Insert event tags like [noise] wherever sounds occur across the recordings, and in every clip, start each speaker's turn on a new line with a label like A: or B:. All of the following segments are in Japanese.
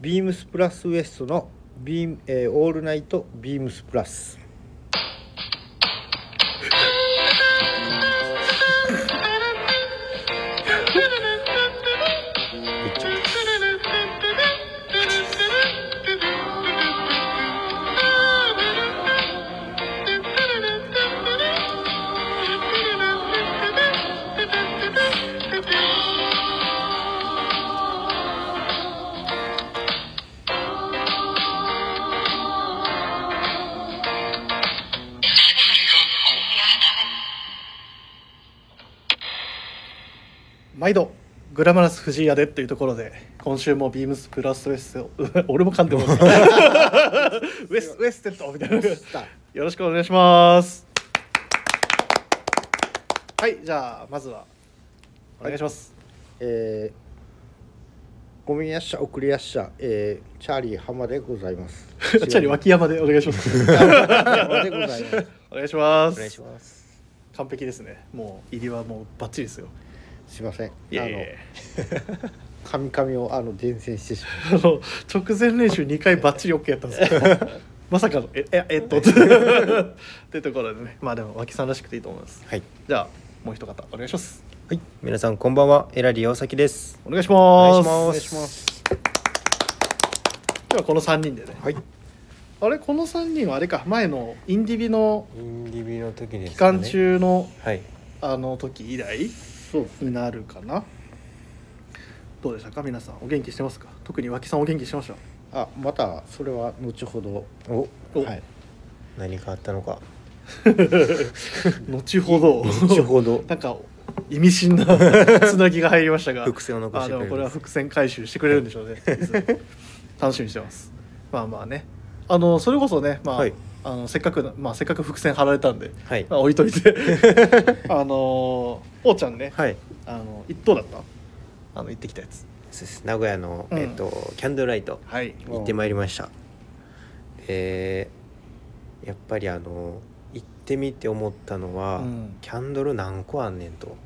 A: ビームスプラスウエストのビーム、えーオールナイトビームスプラス。
B: 毎度グラマラス藤井屋でというところで今週もビームスプラスウエスト [laughs] 俺も噛んでますウエスウエステッドみたいなよろしくお願いしますはいじゃあまずはお願いします、
A: [laughs] えー、ごめんやっしゃ、遅れやっしゃ、えー、チャーリー浜でござい
C: [laughs]
A: ます。
B: [laughs] チャリ脇山でお願いしま [laughs] す
A: 山でございます。
B: お願いします
C: お願いします
B: 完璧ですねもう入りはもうバッチリですよ
A: すいません。あ
B: いやいやいや
A: の、カミカミをあの伝染してしまいま
B: あの直前練習2回バッチリ OK やったんですけど [laughs] まさかのえええっと [laughs] ってところでねまあでも脇さんらしくていいと思います
A: す。はい。
B: じゃあもう一方お願いします
C: はい皆さんこんばんはエラリー大崎です
B: お願いし
C: お願い
B: ます
C: します
B: ではこの3人でね
A: はい。
B: あれこの3人はあれか前のインディビの
C: インディビの時です
B: 期間中の
C: はい
B: あの時以来
A: そう。
B: になるかなどうでしたか皆さんお元気してますか特に脇さんお元気してました
A: あ、また、それは後ほど。
C: お
B: お
A: はい。
C: 何かあったのか
B: 後ほど [laughs]
C: 後ほど
B: なんか意味
C: [laughs]
B: 深なつなぎが入りましたが
C: 伏線を残してくれる
B: あでもこれは伏線回収してくれるんでしょうねいずれ楽しみにしてますまあまあねあのそれこそね、まあ
C: はい
B: あのせっかくな、まあ、せっかく伏線張られたんで、
C: はい
B: まあ、置いと
C: [laughs]
B: いてあのおうちゃんね、
C: はい
B: あの一等だったあの行ってきたやつ
C: そうです名古屋の、
B: うん
C: えっとキャンドルライト
B: はい
C: 行ってまいりましたでやっぱりあの行ってみて思ったのは、
B: うん
C: キャンドル何個あんねんと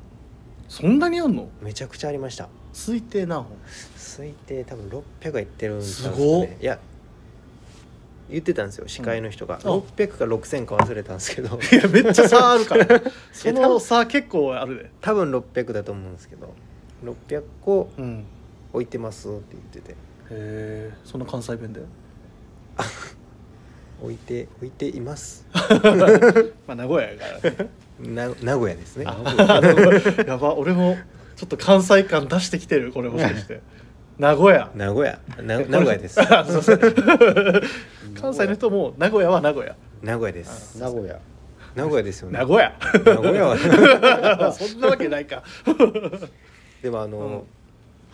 B: そんなにあんの
C: めちゃくちゃありました
B: 推定何本
C: 推定多分600はいってるんですか
B: すごっ
C: ねいや言ってたんですよ司会の人が、
B: うんあ
C: 600か6000か忘れたんですけ
B: [laughs]
C: ど
B: いやめっちゃ差ある
C: [laughs]
B: からそ
C: いや多
B: の
C: 分
B: 差結構あるで
C: 多分600だと思うんですけど600個
B: うん
C: 置いてますって言ってて
B: へえそんな関西弁だよ
C: 置いて置いています
B: まあ名古屋やからね
C: な名古屋ですね
B: あの [laughs] やば俺もちょっと関西感出してきてるこれもしかして名古屋
C: 名古屋な名古屋です
B: [laughs] あすいません関西の人も名古屋は名古屋
C: 名古屋です
A: 名古屋。
C: 名古屋ですよね
B: 名古屋 [laughs]
C: 名古屋は
B: そんなわけないか
C: でもあの、
B: うん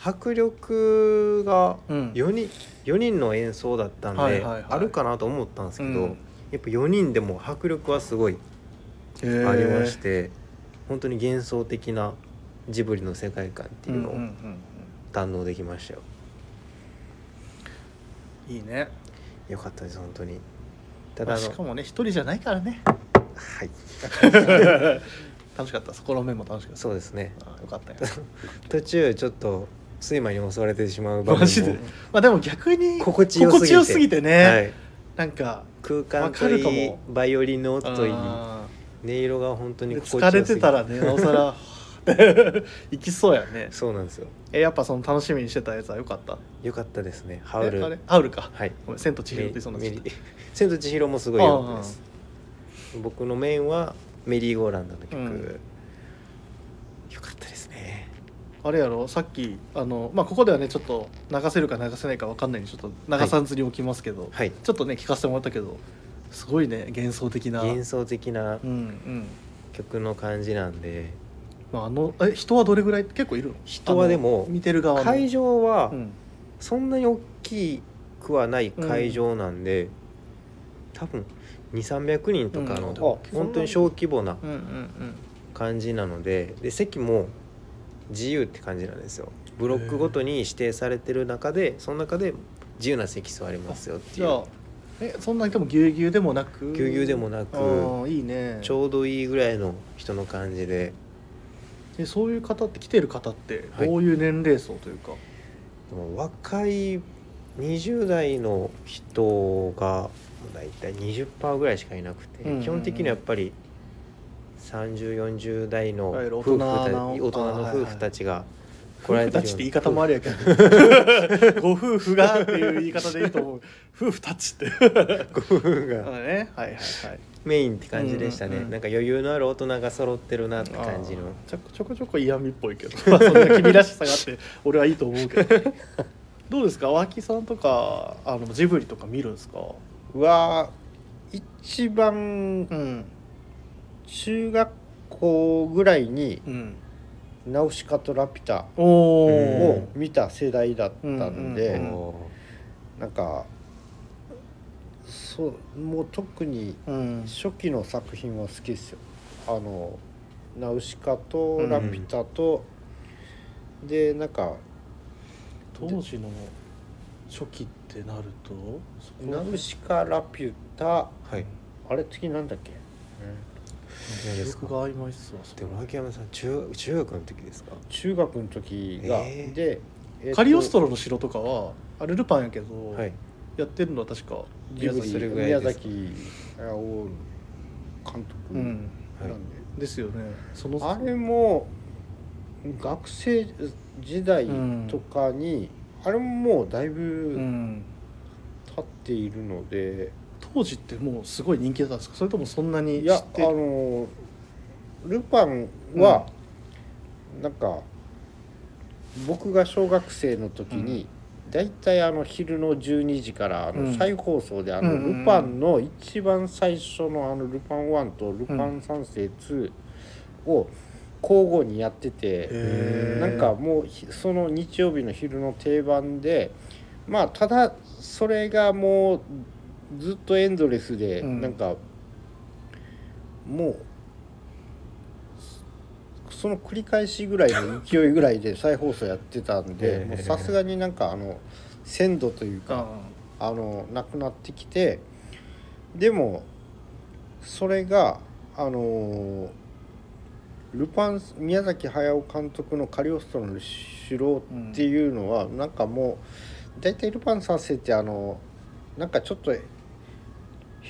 C: 迫力が
B: うん
C: 4人、四人の演奏だったんで、
B: はいはいはい
C: あるかなと思ったんですけど、
B: うん
C: やっぱ4人でも迫力はすごい
B: あ
C: ありまして、本当に幻想的なジブリの世界観っていうのを堪能できましたよ、
B: いいね
C: よかったです本当にた
B: ま
C: だ
B: あ
C: あ
B: し
C: の、
B: かもね一人じゃないから
C: [laughs]
B: ね
C: はい
B: 楽しかったそこの面も楽しかった
C: そうですね
B: あよ
C: [laughs]
B: かったよ
C: 途中ちょっと睡魔に襲われてしまう場面
B: マ
C: も
B: ジでまあでも逆に
C: 心地よすぎて
B: 心地よすぎてね、
C: はい、
B: なんか
C: 空
B: わ
C: 間
B: か
C: と
B: るかも
C: いいバイオリンの音といい
B: あー
C: 音色が本当に
B: で
C: 心地よす
B: 疲
C: ぎ
B: れてたらねなおさら [laughs] 行きそうやね
C: そうなんですよ
B: えやっぱその楽しみにしてたやつは良かった
C: よかったですねハ
B: ハ
C: ウル
B: あれハウルか
C: はい
B: ごめん千と千尋って言いそうになっちゃっ
C: メリ「千と千尋」もすごい良かったです僕のメインは「メリーゴーランド」の曲、
B: うん
C: よかったですね
B: たあれやろさっきあのまあここではねちょっと流せるか流せないか分かんないんでちょっと流さずに置きますけど、
C: はい
B: ちょっとね聞かせてもらったけどすごいね幻想的な
C: 幻想的な
B: うんうん、
C: 曲の感じなんで、
B: まあ、あのえ人はどれぐらい結構いるの
C: 人はでも
B: あの見てる側の
C: 会場は
B: うん
C: そんなに大きくはない会場なんで、多分2300人とかの、
B: うん
C: 本当に小規模な
B: うんうんうん
C: 感じなのでで席も自由って感じなんですよブロックごとに指定されてる中でその中で自由な席座りますよって
B: じ
C: い
B: ゃ
C: う
B: あえそんな人もぎゅうぎゅうでもなく
C: ぎゅうぎゅうでもなく
B: あーいいね
C: ちょうどいいぐらいの人の感じで
B: えそういう方って来てる方って
C: はい
B: どういう年齢層というか、
C: でも若い20代の人がだいたい20%ぐらいしかいなくて、
B: うんうんうん
C: 基本的にはやっぱり3040代の
B: いわゆる
C: 夫婦
B: 大
C: た
B: 人な
C: 大人の夫婦たちが来られ
B: 夫婦
C: た
B: た
C: 時
B: ちっ
C: の
B: て言い方もあり
C: [laughs]
B: やけどご夫婦がっていう言い方でいいと
C: [laughs]
B: 思う夫婦たちって
C: 夫婦
B: なの
C: が
B: でねはいはいはい
C: メインって感じでしたね、
B: うんうんうん
C: なんか余裕のある大人が揃ってるなって感じの
B: あーちょちょこちょこ嫌味っぽいけど [laughs] まあそんな君らしさがあって俺はいいと思うけど
C: [laughs]
B: どうですか脇さんとかあのジブリとか見るんですか
A: は一番
B: うん
A: 中学校ぐらいに
B: うん
A: 「ナウシカとラピュタ
B: お」
A: を
B: お、
A: 見た世代だったんで、
B: うんうんうん
C: おー
A: なんかそうもう特に
B: うん
A: 初期の作品は好きですよあのナウシカとラピュタと、でなんか
B: 当時の初期ってなるとそこ
A: ナウシカラピュタ
C: はい
A: あれ次なんだっけ、
C: 何
B: 記
C: です
B: 憶
C: か
B: が曖昧っすわそ
C: で
B: れ
C: も秋山さん中中学の時ですか
A: 中学の時が、
C: えー
A: で、えーと
B: カリオストロの城とかはあれルパンやけど、
C: はい
B: やってるのは確か
A: ジブリ
C: それぐらいで
A: 宮
C: すか
A: 崎駿監督
B: う
A: なん
B: ん
A: で、
B: ですよねその
A: あれも学生時代とかに、あれももうだいうぶ
B: ん
A: 経っているので、
B: 当時ってもうすごい人気だったんですかそれともそんなに
A: い
B: 知っ
A: やあ
B: てる
A: のルパンは、なんか僕が小学生の時に、だいたいあの昼の12時からあ
B: う
A: の
B: ん
A: 再放送で、あ
B: うんうんう
A: の
B: ん
A: ルパンの一番最初のあのルパン1とルパン三世2を交互にやってて、
B: へー
A: なんかもうひその日曜日の昼の定番でまあただそれがもうずっとエンドレスで、
B: うん
A: なんかもうそその繰り返しぐらいの勢いぐらいで再放送やって
B: [laughs]
A: たん
C: へ
A: で
C: ー
A: もうさすがになんかあの鮮度という
B: あ
A: かあのなくなってきてでもそれがあのルパン宮崎駿監督の「カリオストロの城」っていうのは、なんかもう大体ルパン三世ってあのなんかちょっとへ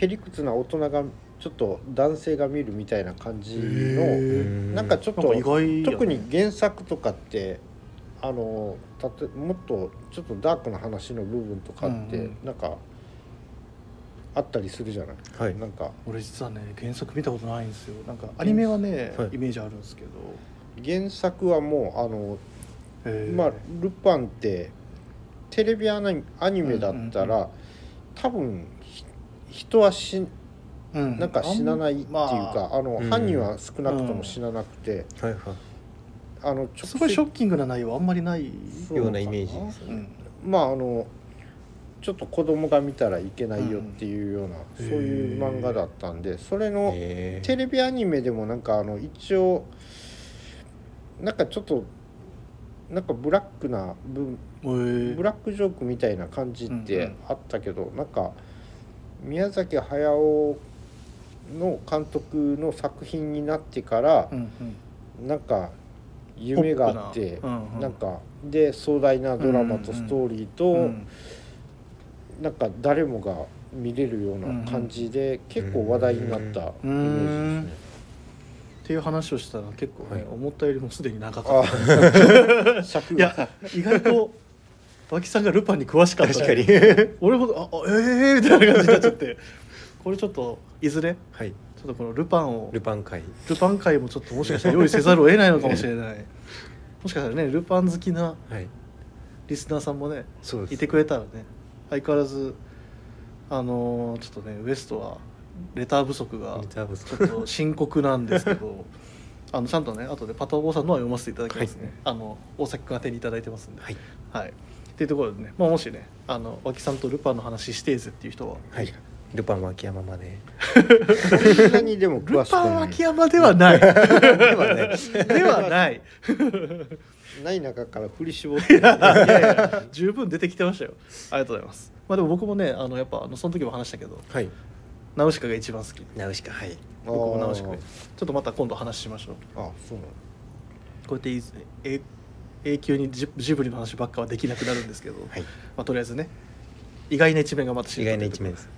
A: りくつな大人がちょっと男性が見るみたいな感じの
B: へー
A: なんかちょっ
B: な
A: と
B: んか意外やね
A: 特に原作とかってあのたともっとちょっとダークな話の部分とかって、
B: うん
A: なんかあったりするじゃない、
C: はい
A: なんか
B: 俺実はね原作見たことないんですよなんかアニメはね、
C: はい
B: イメージあるんですけど
A: 原作はもうあの、
B: へー
A: まあ、ルパンってテレビアニアニメだったら、
B: うん
A: 多分ひ人はし
B: うん
A: なんか死なないっていう
B: あん
A: か、
B: まあ
A: あの
C: うん
A: 犯人は少なくとも死ななくて、
C: はいは
A: あの直
B: すごいショ
A: 接
B: ッキングな内容はあんまりない
A: そ
C: いようなイメージですよ
B: う
C: ね、
B: ん
A: まああのちょっと子供が見たらいけないよっていうような、
B: うん
A: そういう漫画だったんでそれの
C: へー
A: テレビアニメでもなんかあの一応なんかちょっとなんかブラックな部
B: へー
A: ブラックジョークみたいな感じっ
B: うんう
A: て
B: ん
A: あったけど、なんか宮崎駿の監督の作品になってから
B: う、んうん
A: なんか夢があって
B: ポップなうんうん
A: なんかで壮大なドラマとストーリーと、
B: うん
A: なんか誰もが見れるような感じで、結構話題になったイメージですね。
B: っていう話をしたら結構ね、
C: はい
B: 思ったよりもすでに長かっ
A: あ
B: た
A: 尺 [laughs]
B: い
A: が
B: や意外と脇さんがルパンに詳しかった
C: 確かに
B: 俺もああええー、みたいな感じになっちゃってこれちょっといずれち [laughs]
C: はい
B: ょっとこのルパンを
C: ルパン会
B: ルパン界もちょっともしかしたら用意せざるを得ないのかもしれないもしかしたらねルパン好きな
C: はい
B: リスナーさんもね
C: そうです
B: いてくれたらね相変わらずあのーちょっとねウエストはレター不足が
C: レター不
B: ち
C: 足
B: ょっと深刻なんです
C: [laughs]
B: けどあのちゃんとね後でパタオボーさんのは読ませていただきますね、あの大崎君宛てにいただいてますんでは、
C: はいい
B: っていうところでね、まあ、もしねあの脇さんとルパンの話してえぜっていう人は
C: はいルパンは秋山まで
A: そんなにでも
B: ル
A: 詳しく
B: パン
A: は
B: 秋山ではない
C: ではね
B: ではない
A: ない中から振り絞って
C: [laughs]
B: いやいや十分出てきてましたよありがとうございますまあでも僕もねあのやっぱあのその時も話したけど
C: はい
B: ナウシカが一番好き
C: ナウシカはい
B: 僕もナウシカ
A: あ
B: が
A: ー
B: ちょっとまた今度話しましょう
A: あそうなの
B: こうやっていえ永久にジジブリの話ばっかはできなくなるんですけど、
C: はい
B: まあ、とりあえずね意外な一面がまた知
C: 意
B: れた
C: 外
B: と
C: な
B: い
C: 一面
B: うこと
C: です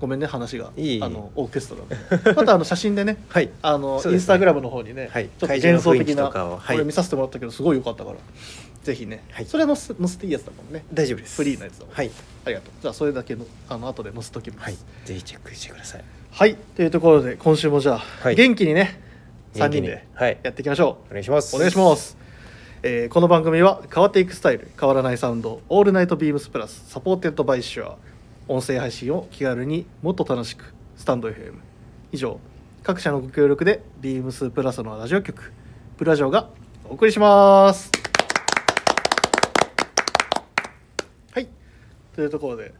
B: ごめんね話が
C: いいいい
B: あのオーケス
C: [laughs]
B: トラのまたあの写真でね
C: はい
B: あの、
C: そう
B: イ
C: ですね
B: ンスタグラムの方にね、
C: はい
B: ちょっと
C: 会場の
B: 幻想的
C: 雰囲気
B: な
C: とかをはい
B: これ見させてもらったけどすごい良かったからぜひね、
C: はい
B: それは載せ載せていいやつだもんね
C: 大丈夫です
B: フリーのやつだもん
C: はい
B: ありがとうじゃあそれだけのあの後で載せときます
C: はいぜひチェックしてください
B: はいというところで今週もじゃあ、
C: はい
B: 元気にね3人
C: 元気に
B: で
C: はい
B: やっていきましょ
C: お願いします
B: うお願いします、えーこの番組は変わっていくスタイル変わらないサウンド「オールナイトビームスプラス」サポーテッドバイシュア音声配信を気軽にもっと楽しくスタンド FM 以上各社のご協力でビームスプラスのラジオ局プラジオがお送りしますはいというところで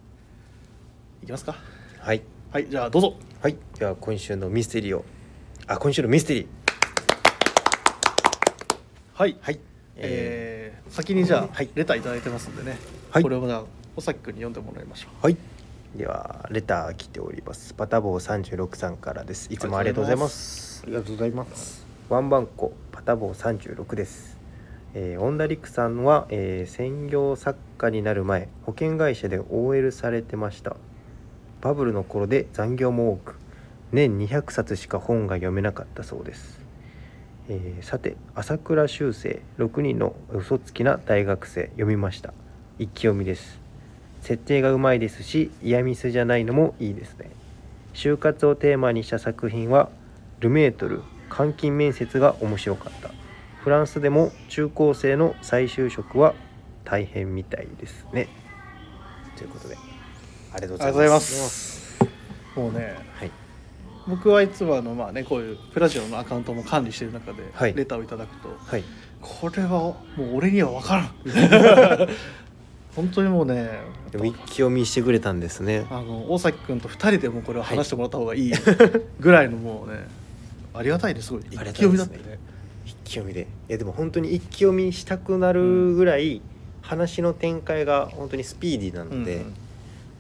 B: いきますか
C: はい
B: はいじゃあどうぞ
C: はいでは今週のミステリーをあ今週のミステリー
B: はい
C: はいえ
B: えー先にじゃあ、
C: はい
B: レターいただいてますんでね、
C: はい
B: これをじゃあおさきくんに読んでもらいましょ
C: ーはいではレター来ておりますパタボー36さんからですいつもありがとうございます
A: ありがとうございます
C: ワンバンコパタボー36です、えー、オンダリックさんは、えー専業作家になる前保険会社で OL されてましたバブルの頃で残業も多く年200冊しか本が読めなかったそうです、えーさて朝倉修正6人の嘘つきな大学生読みました一気読みです設定がうまいですし嫌ミスじゃないのもいいですね就活をテーマにした作品はルメートル監禁面接が面白かったフランスでも中高生の再就職は大変みたいですねということでありがと
B: う
C: うございます
B: すもうね
C: はい
B: 僕はいつもあのまあねこういうプラジオのアカウントも管理してる中で、
C: はい
B: レターをいただくと
C: はい
B: これはもう俺には分から
C: [laughs]
B: ん本当にもうね
C: でも一気読みしてくれたんですね
B: あの大崎くんと2人でもうこれを話してもらった方がいいぐらいのもうねありがたいねすごい一
C: ありが
B: 気
C: たいで
B: 読みだ
C: す
B: っ
C: ね
B: てね
C: 一気読みでいやでも本当に一気読みしたくなるぐらい話の展開が本当にスピーディーなので、
B: うんうん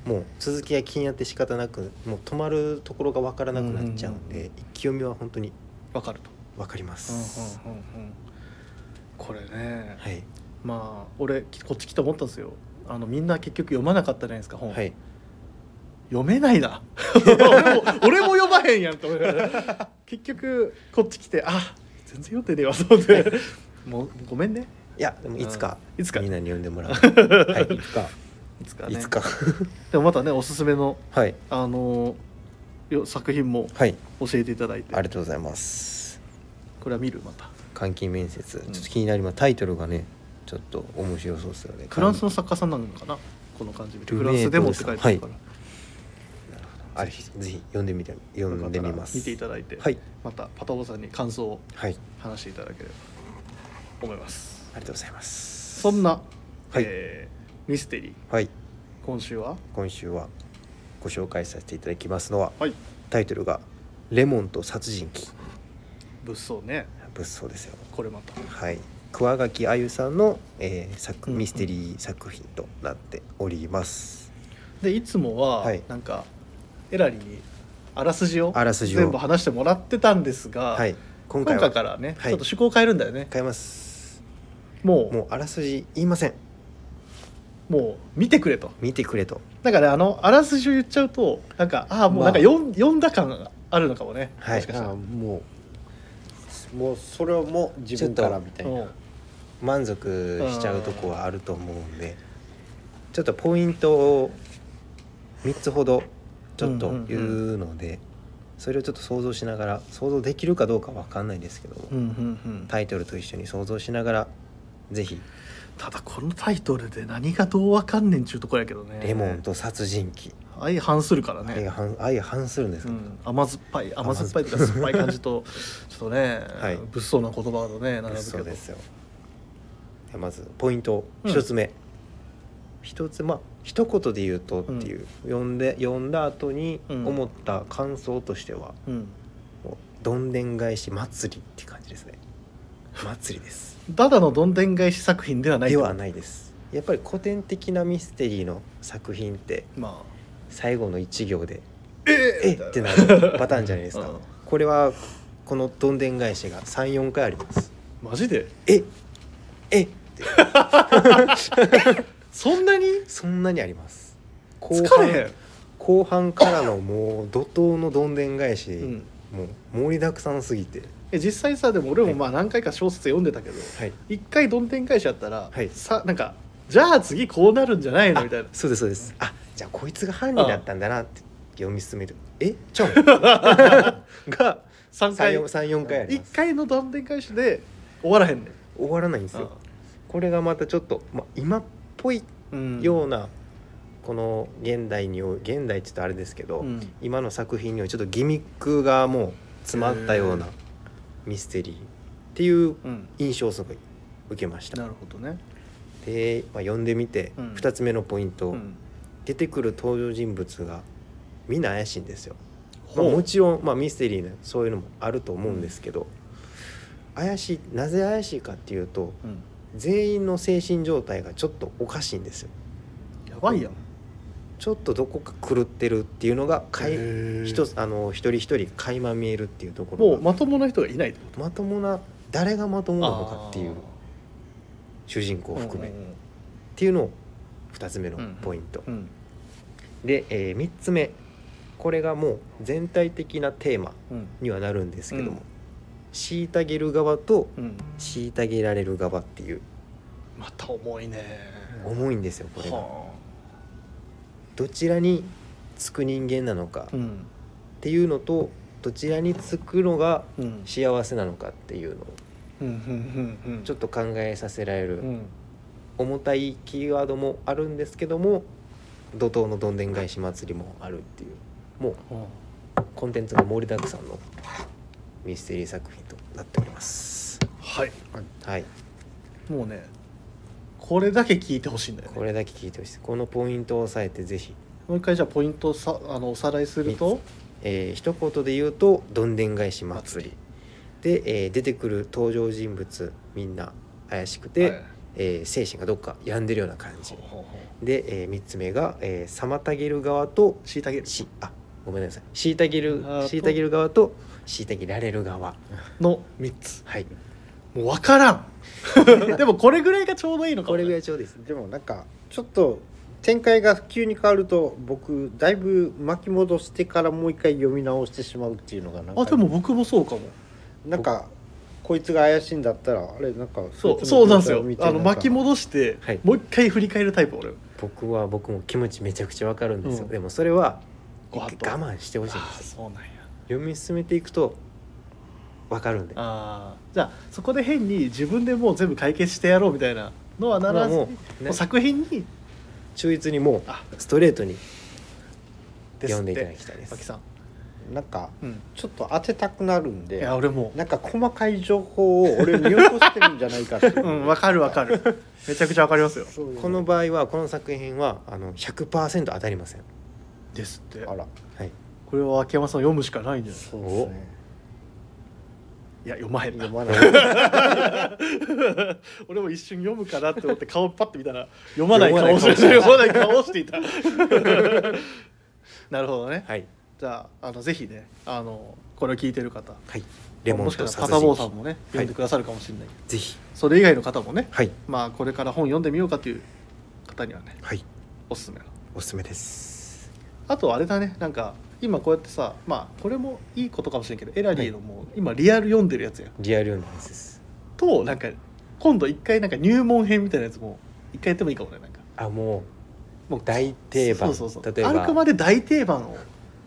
C: もう続きが気になって仕方なくもう止まるところが分からなくなっちゃうんで、
B: うんうん
C: 一気読みは本当に
B: 分かると
C: 分かります、
B: うんうんうんうんこれね、
C: はい
B: まあ俺きこっち来て思ったんですよあのみんな結局読まなかったじゃないですか本、
C: はい
B: 読めない
C: [laughs]
B: な俺も俺も読まへんやんと思いながら結局こっち来てあ全然読んでねえわと思ってもうごめんね
C: いやでもいつか、
B: うんいつか
C: みんなに読んでも
B: [laughs]
C: らうはいいつか、
B: いつかね
C: いつか [laughs]
B: でもまたねおすすめの
C: はい
B: あのよ作品も
C: はい
B: 教えていただいて
C: ありがとうございます
B: これは見るまた
C: 監禁面接ちょ
B: うん
C: っと気になります、タイトルがねちょっと面白そうですよね
B: フランスの作家さんなのかなこの感じ見て
C: ル
B: フ
C: メ
B: ランス
C: ー
B: で
C: ト
B: も
C: ル
B: っ
C: さ
B: て書
C: ん
B: いてあるから、
C: あぜひぜひ読んでみて読んでみます
B: よかったら見ていただいて、
C: はい
B: またパタボさんに感想を
C: はい
B: 話していただければと思います
C: ありがとうございます
B: そんな、
C: はい
B: えーミステリー
C: はい
B: 今週は
C: 今週はご紹介させていただきますのは
B: はい
C: タイトルが「レモンと殺人鬼
B: 物騒ね」
C: 物騒ですよ
B: これまた
C: はい桑垣あゆさんの、えー作
B: うんうん
C: ミステリー作品となっております、
B: でいつもは、
C: はい
B: なんかエラリーにあらすじを
C: あらすじを
B: 全部話してもらってたんですが、
C: はい今
B: 今
C: 回
B: 回
C: は
B: からね、
C: はい
B: ちょっと趣向を変えるんだよね
C: 変えます
B: もう
C: もうあらすじ言いません
B: もう見てくれと
C: 見てくれと
B: だからあのあらすじを言っちゃうとなんかああもうなんか
A: まあ
B: 読ん,、読んだ感あるのかもね、
C: はい
B: もしかしたら
A: あもうもうそれはもう自分からみたいな
B: うん
C: 満足しちゃうとこはあると思うんでちょっとポイントを3つほどちょっと言うので、それをちょっと想像しながら想像できるかどうかわかんないですけども、
B: うんうんうん
C: タイトルと一緒に想像しながらぜひ
B: ただこのタイトルで何がどうわかんねんちゅうとこやけ
C: 「
B: どね
C: レモンと殺人鬼」
B: 相反するからね、
C: 相反相反するんです
B: う
C: けど、
B: ん、甘酸っぱい甘
C: 甘
B: 酸
C: 酸
B: っ
C: っ
B: ぱ
C: ぱい
B: いとか酸っぱい感じ
C: [laughs]
B: とちょっとね、
C: はい
B: 物騒な言葉だね並ぶけど
C: そうですよでまずポイント
B: うん
C: 一つ目、一つまあ一言で言うとっていう、読んで読んだ後に
B: うん
C: 思った感想としては、
B: うん、
C: もうどんでん返し祭りって感じですね祭りです
B: [laughs] ただのどんでん返し作品ではない
C: ではないいですやっぱり古典的なミステリーの作品って
B: ま
C: 最後の一行で
B: あえ
C: えってなるパターンじゃないですか、
B: うん
C: これはこのどんでん返しが34回あります
B: マジで
C: ええ
B: そんなに
C: そんなにあります後
B: 疲れ
C: 半
B: へん
C: 後半からのもう怒涛のどんでん返し、
B: うん
C: もう盛りだくさんすぎて
B: え実際さでも俺もまあ何回か小説読んでたけど
C: はい
B: 一回どんでん返しやったら、
C: はい
B: さなんかじゃあ次こうなるんじゃないのみたい
C: [laughs]
B: な
C: そうですそうですあじゃあこいつが犯人だったんだなって読み進めるえちょ
B: [laughs]
C: ん [laughs] が
B: 3回
C: 34回あり
B: 一
C: ます
B: 回のどんでん返しで終わらへんねん
C: 終わらないんですよこれがまたちょっと、ま、今っぽい
B: うん
C: ような、この現代にお現代って言うとあれですけど、
B: うん
C: 今の作品にはちょっとギミックがもう詰まったような
B: へー
C: ミステリーっていう
B: うん
C: 印象をすごい受けました
B: なるほどね、
C: で、まあ、読んでみて
B: うん
C: 2つ目のポイント、
B: うん
C: 出てくる登場人物がみんな怪しいんですよ、まあ、
B: ほう
C: もちろん、まあ、ミステリーなそういうのもあると思うんですけど、怪しいなぜ怪しいかっていうと
B: うん
C: 全員の精神状態がちょっとおかしいんですよ
B: やばいやん
C: ちょっとどこか狂ってるっていうのがかい
B: へー
C: 一つあの一人一人垣間見えるっていうとこ
B: も
C: ろ
B: う
C: が
B: まともな人がいないってこ
C: まともな誰がまとも
B: と
C: なのかっていう主人公を含めっ
B: うんうん
C: ていうのを2つ目のポイント、
B: うん
C: で、え3つ目これがもう全体的なテーマ
B: うん
C: にはなるんですけども、
B: うん
C: 虐げる側と
B: うんうん
C: 虐げられる側っていう
B: また重いね
C: 重いんですよこれが
B: は
C: どちらにつく人間なのか
B: あうん
C: っていうのとどちらにつくのが
B: うん
C: 幸せなのかっていうのを
B: うんうんうんうん
C: ちょっと考えさせられ
B: う
C: る
B: ん
C: 重たいキーワードもあるんですけども怒涛のどんでん返し祭りもあるっていうもう
B: は
C: コンテンツが盛りだくさんのミステリー作品となっております
B: あはい
C: はい
B: もうねこれだけ聞いてほしいんだよね
C: これだけ聞いてほしいこのポイントを押さえてぜひ、
B: もう一回じゃあポイントをさあのおさらいすると
C: えー一言で言うとどんでん返し祭りで、えー出てくる登場人物みんな怪しくて、
B: はい
C: えー精神がどっか病んでるような感じ
B: ほうほうほ
C: で、え3つ目が、えー妨げる側と
B: う虐げる
C: しあごめんなさい虐げる
B: あーと
C: 虐げる側と虐げられる側
B: の3つ
C: はい
B: もう分から
C: [laughs]
B: んでもこれぐらいがちょうどいいのかも
C: こ
B: ね
C: れぐらいちょうどいいですね
A: でもなんかちょっと展開が急に変わると僕だいぶ巻き戻してからもう一回読み直してしまうっていうのがなんか
B: あでも僕もそうかも
A: なんかこいつが怪しいんだったらあれなんか
B: そう
A: いつ
B: そ
A: の
B: うなんですよ
A: 状態を見て
B: あの
A: なんか
B: 巻き戻して、
C: はい
B: もう一回振り返るタイプ俺
C: 僕は僕も気持ちめちゃくちゃわかるんですよ、
B: うん
C: でもそれは
B: ご
C: 一
B: 飯と
C: 回我慢してほしいん
B: あ
C: で
B: あ
C: すよ
B: そうなんや
C: 読み進めていくとわかるんで
B: あーじゃあそこで変に自分でもう全部解決してやろうみたいなのはならずに
C: も
B: も
C: う
B: う、
C: ね
B: 作品に
C: 中立にも
B: あ
C: うストレートに
B: です
C: 読
B: っ
C: んでいただ
B: て
C: きたいです
B: 脇さん、
A: なんか
B: うん、
A: ちょっと当てたくなるん
B: い
A: で
B: や俺も
A: なんか細かい情報を俺見落としてるんじゃないかってい
B: [laughs]
A: う
B: ううんわかるわかるめちゃくちゃわかりますよ
A: そう
C: この場合はこの作品はあの100%当たりません
B: ですって
A: あら
C: はい
B: これは秋山さん読むしかないんじゃない
A: そうですね
B: いや読まへんな
A: 読まない
B: [laughs] 俺も一瞬読むかなって思って顔パッて見たら読まない顔して読まない顔してい [laughs] た [laughs] なるほどね、
C: はい
B: じゃああのぜひねあのこれを聞いてる方
C: はいレモン
B: もしか
C: と
B: したら
C: 殺
B: 片
C: 人
B: 棒
C: 鬼
B: さんもね読んでくださるかもしれない、
C: ぜひ
B: それ以外の方もね
C: はい
B: まあこれから本読んでみようかという方にはね
C: はい
B: おすすめの
C: おすすめです
B: あとあれだねなんか今こうやってさまあこれもいいことかもしれんけどエラリーのもう、今リアル読んでるやつや
C: リアル読んでますです
B: となんか今度一回なんか入門編みたいなやつも一回やってもいいかもねなんか
C: あもう
B: もう
C: 大定番
B: そうそうそう
C: 例え
B: あく
C: ば
B: まで大定番を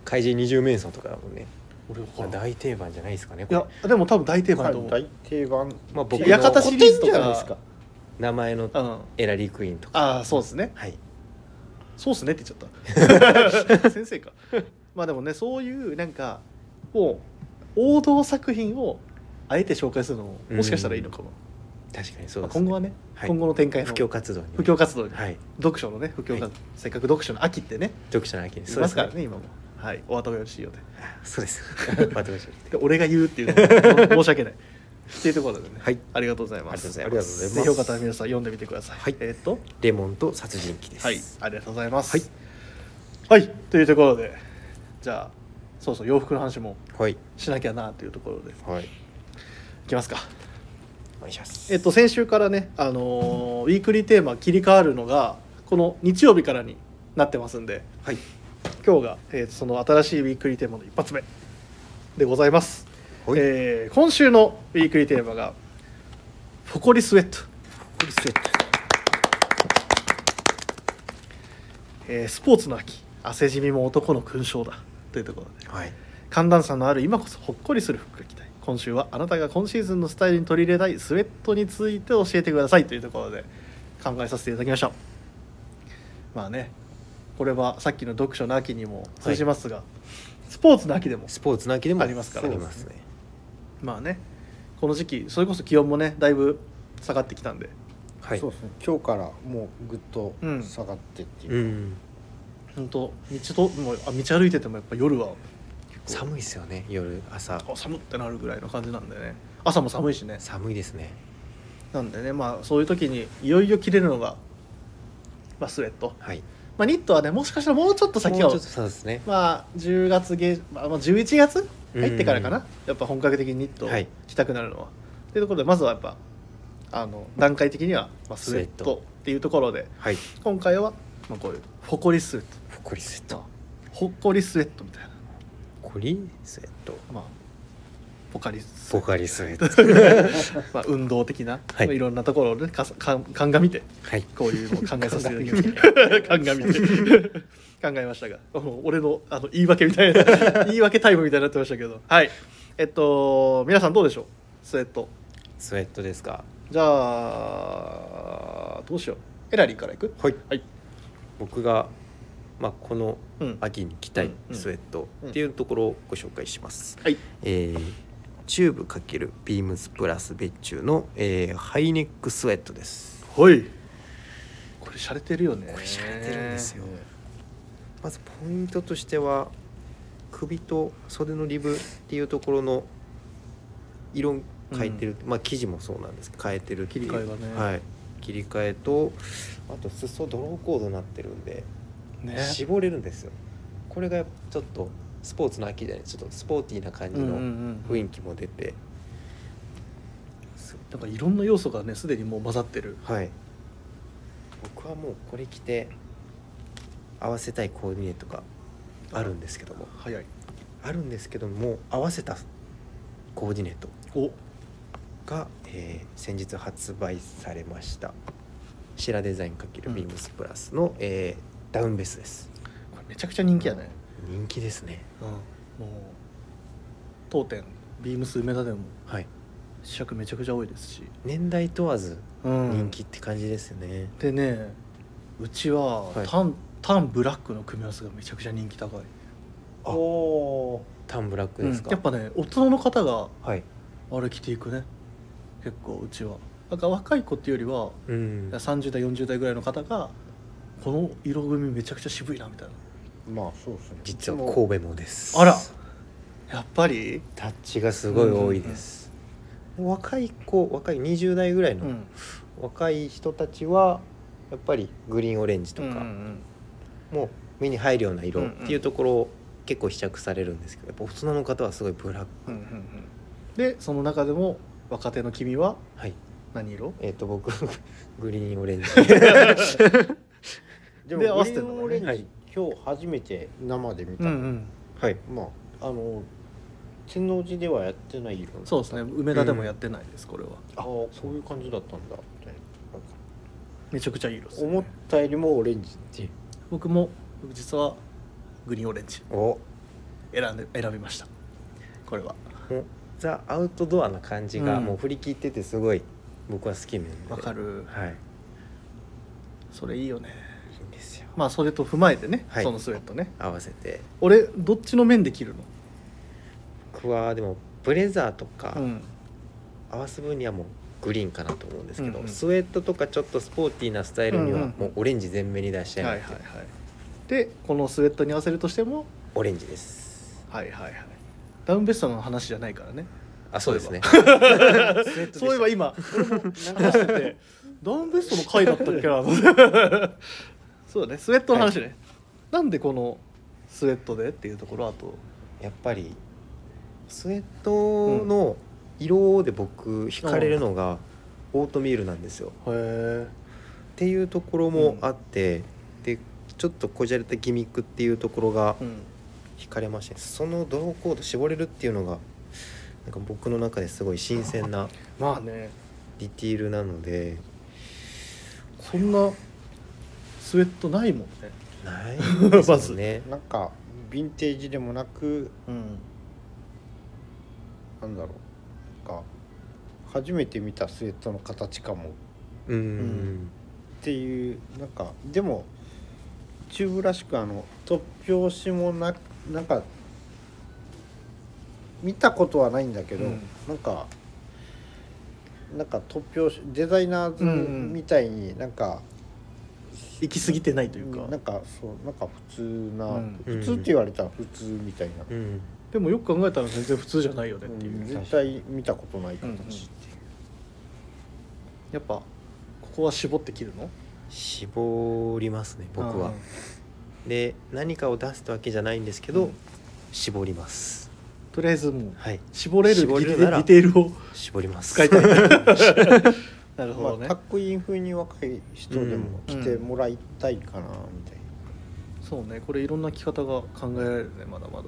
C: 怪人二重面相とかだもんね
B: 俺
C: まあ
B: い
C: 大定番じゃないですかねこれ
B: やでも多分大定番だと思う、
A: 大定番
C: まあ僕の
B: 屋形シリーズと
A: 古典じゃない
B: か
A: ですか
C: 名前の
B: うん、あ
C: エラリークイーンとか
B: あそうですね
C: はい
B: そうですねって言っちゃった
C: [laughs]
B: 先生かまあでもねそういうなんかもう王道作品をあえて紹介するのももしかしたらいいのかも、
C: 確かにそう
B: まあ
C: ですね
B: 今後はね、
C: はい
B: 今後の展開の
C: 布教活動に
B: 布教活動に、
C: はい
B: 読書のね布教活動、
C: はい
B: せっかく読書の秋ってね
C: 読者の秋に
B: いますからね今もはいお後がよろしいようで
C: そうです [laughs] 待ってました
B: で俺が言うっていうの
C: [laughs]
B: も申し訳ないっていうところでね、
C: はい
B: ありがとうございます
C: ありがとうございま
A: ありがとうご
C: す
A: ざいます
B: ぜひよかったら皆さん読んでみてください。
C: はい
B: えーっと、
C: レモンと殺人鬼です
B: はい、ありがとうございます。
C: はい、
B: はい、というところで、じゃあ、そうそう、洋服の話も
C: はい
B: しなきゃなというところで、い
C: はい
B: きますか。
C: お願いします
B: えっと、先週からね、あのーウィークリーテーマ切り替わるのが、この日曜日からになってますんで
A: はい
B: 今日が、えーその新しいウィークリーテーマの一発目でございます、
A: はい
B: えー今週のウィークリーテーマが「フォコリスウェット」
A: これセット
B: えースポーツの秋汗じみも男の勲章だ」というところで
A: はい
B: 寒暖差のある今こそほっこりする服が着たい今週はあなたが今シーズンのスタイルに取り入れたいスウェットについて教えてくださいというところで考えさせていただきましたまあねこれはさっきの読書の秋にも通じますが、スポーツの秋でも
C: スポーツの秋でも
B: ありますから
C: ありますね
B: まあねこの時期それこそ気温もねだいぶ下がってきたんで
C: はい
A: そうですね今日からもうぐっと
B: うん
A: 下がってっていう、
C: うん
B: 本当道ともうあ道歩いててもやっぱ夜は
C: 寒いですよね夜朝
B: あ寒ってなるぐらいの感じなんでね朝も寒いしね
C: 寒いですね
B: なんでねまあそういう時にいよいよ着れるのが、まあ、スウェット、
C: はい
B: まあ、ニットはねもしかしたらもうちょっと先
C: も
B: を
C: うちょっとそうですね
B: まあ10月下、まあ、まあ11月
C: うん
B: 入ってからかな、やっぱ本格的にニットを
C: はい
B: 着たくなるのは、というところでまずはやっぱあの段階的には、まあ、スウェ
C: スウェ
B: ッ
C: ッ
B: トっていうところで
C: はい
B: 今回は、まあ、こういうほこりスウェッ
C: ほっこりスウェット
B: トまあほっこりスウェットみたいな
C: ほっこりスウェット
B: まあポカリスウェ
C: ポ
B: ット
C: カリスウェット
B: まあ、運動的な、
C: はい
B: いまあ、いろんなところをねかさかん鑑みて
C: はい
B: こういうのを考えさせていただきま
C: [laughs]
B: した。鑑みて [laughs] 考えましたが、もう俺のあの言い訳みたいな
C: [laughs]
B: 言い訳タイムみたいになってましたけど、はい。えっと皆さんどうでしょう。スウェット。
C: スウェットですか
B: じゃあどうしよう。エラリーからいく？
C: はい
B: はい。
C: 僕がまあこの
B: うん。
C: 秋に着たいスウェットっていうところをご紹介します、
B: はい。
C: えーチューブ×ビームスプラス別注の、えーハイネックスウェットです
B: ほい。これ洒落てるよね。
C: これ洒落てるんですよ
A: ね
C: まずポイントとしては首と袖のリブっていうところの色変えてる、まあ生地もそうなんですけど変えてるっていう
B: 切り替えがね
C: はい、切り替えとあと裾ドローコードになってるんで、
B: ね。
C: 絞れるんですよこれがちょっとスポーツの秋じゃないちょっとスポーティーな感
B: う
C: じ
B: んうんう
C: の
B: ん。
C: 雰囲気も出て、
B: なんかいろんな要素がねすでにもう混ざってる。
C: はい僕はもうこれ着て合わせたいコーディネートがあるんですけども
B: 早い。
C: あるんですけども合わせたコーディネート
B: お。
C: が、えー先日発売されましたシラデザイン
B: う
C: ×
B: ん
C: ビームスプラスの、えーダウンベースです
B: これめちゃくちゃ人気やね。
C: 人気ですね
B: うん。もう当店ビームス梅田でも。
C: はい
B: 試着めちゃくちゃ多いですし、
C: 年代問わず人
B: 人
C: 気って感じですよね、
B: でねうちは、
C: はい
B: タンタンブラックの組み合わせがめちゃくちゃ人気高い
C: あ
A: おー
C: タンブラックですか、
B: うんやっぱね大人の方が
C: はい
B: あれ着ていくね結構うちはなんか若い子っていうよりは
C: うん
B: 30代40代ぐらいの方がこの色組めちゃくちゃ渋いなみたい
A: まあそうですね
C: 実は
A: うちも
C: 神戸もです
B: あらなやっぱり
C: タッチがすごい多いです、若い子若い20代ぐらいうの、
B: ん
C: 若い人たちはやっぱりグリーンオレンジと
B: うんうんう
C: か、
B: ん
C: もう目に入るような色
B: う
C: っ
B: んうん
C: ていうところを結構試着されるんですけどやっぱ大人の方はすごいブラック、
B: うんうんうんでその中でも若手の君は
C: はい
B: 何色
C: えっ、と僕 [laughs] グリーンオレ
B: [laughs]
C: ンジ
A: で
B: で合
A: も
B: わ
A: グ
B: せ
A: リ
B: て
A: ー
B: んだね
A: ンオレンジ今日初めて生で見た、
B: ん
C: はい
A: まああの天王寺ではやってない色
B: そうですね梅田でもやってないです、これは
A: ああそういう感じだったんだみたいななんか
B: めちゃくちゃいい色です
A: 思ったよりもオレンジっていう
B: 僕も実はグリーンオレンジ
C: お
B: 選んで選びましたこれは
C: ザ・アウトドアな感じが
B: うん
C: もう振り切っててすごい僕は好きなんで
B: わかる
C: はいい
B: それいいよね
C: いんですよ
B: まあそれと踏まえてね、
C: はい
B: そのスウェットね
C: 合わせて
B: 俺どっちの面で着るの
C: 僕はでもブレザーとか
B: うん
C: 合わす分にはもうグリーンかなと思うんですけど、
B: うんうん
C: スウェットとかちょっとスポーティーなスタイルに
B: うん
C: は
B: うん
C: もうオレンジ全面に出した
B: はいい
C: なっ
B: は
C: て
B: い
C: いう、
B: はいでこのスウェットに合わせるとしても
C: オレンジです
B: はいはいはいダウンベストの話じゃないからね
C: あそうですね
B: [laughs] そういえば今俺も流しててダウンベストの回だったっけなそうだねスウェットの話ね、なんでこのスウェットでっていうところあと
C: やっぱりスウェットの色で僕惹かれるのがオートミールなんですよ。
B: へえ
C: っていうところもあって、でちょっとこじゃれたギミックっていうところが
B: うん
C: 惹かれましてそのドローコード絞れるっていうのがなんか僕の中ですごい新鮮 [laughs] な
B: まあね
C: ディティールなので
B: そんなスウェットないもんね
C: ないです
B: ま
C: よ
B: ず
C: ね
A: なんかヴィンテージでもなく
B: うん
A: なんだろうなんか初めて見たスウェットの形かもっ
C: うん、
B: ん
A: ていうなんかでもチューブらしくあの突拍子もななんか見たことはないんだけど、
B: うん
A: なんかなんか突拍子デザイナーズ
B: うんうん
A: みたいになんか、
B: 行き過ぎてないというか
A: なんかそうなんか普通な、
B: うん
A: 普通って言われたら普通みたいな、
C: うん
B: でもよく考えたら全然普通じゃないよねっていう、
A: うん絶対見たことない形、
B: うんうんやっぱここは絞って切るの
C: 絞りますね僕は、で何かを出すってわけじゃないんですけど、
B: うん
C: 絞ります
B: とりあえずもう
C: はい
B: 絞れる
C: 絞れ
B: デ
C: る
B: ィテ
C: なら
B: ディテールを
C: 絞ります
B: 使いたいなるほど
A: ま
B: ね、
A: あ、かっこいい風に若い人でも
B: うん
A: 来てもらいたいかなみたい
B: そうねこれいろんな着方が考えられるねまだまだ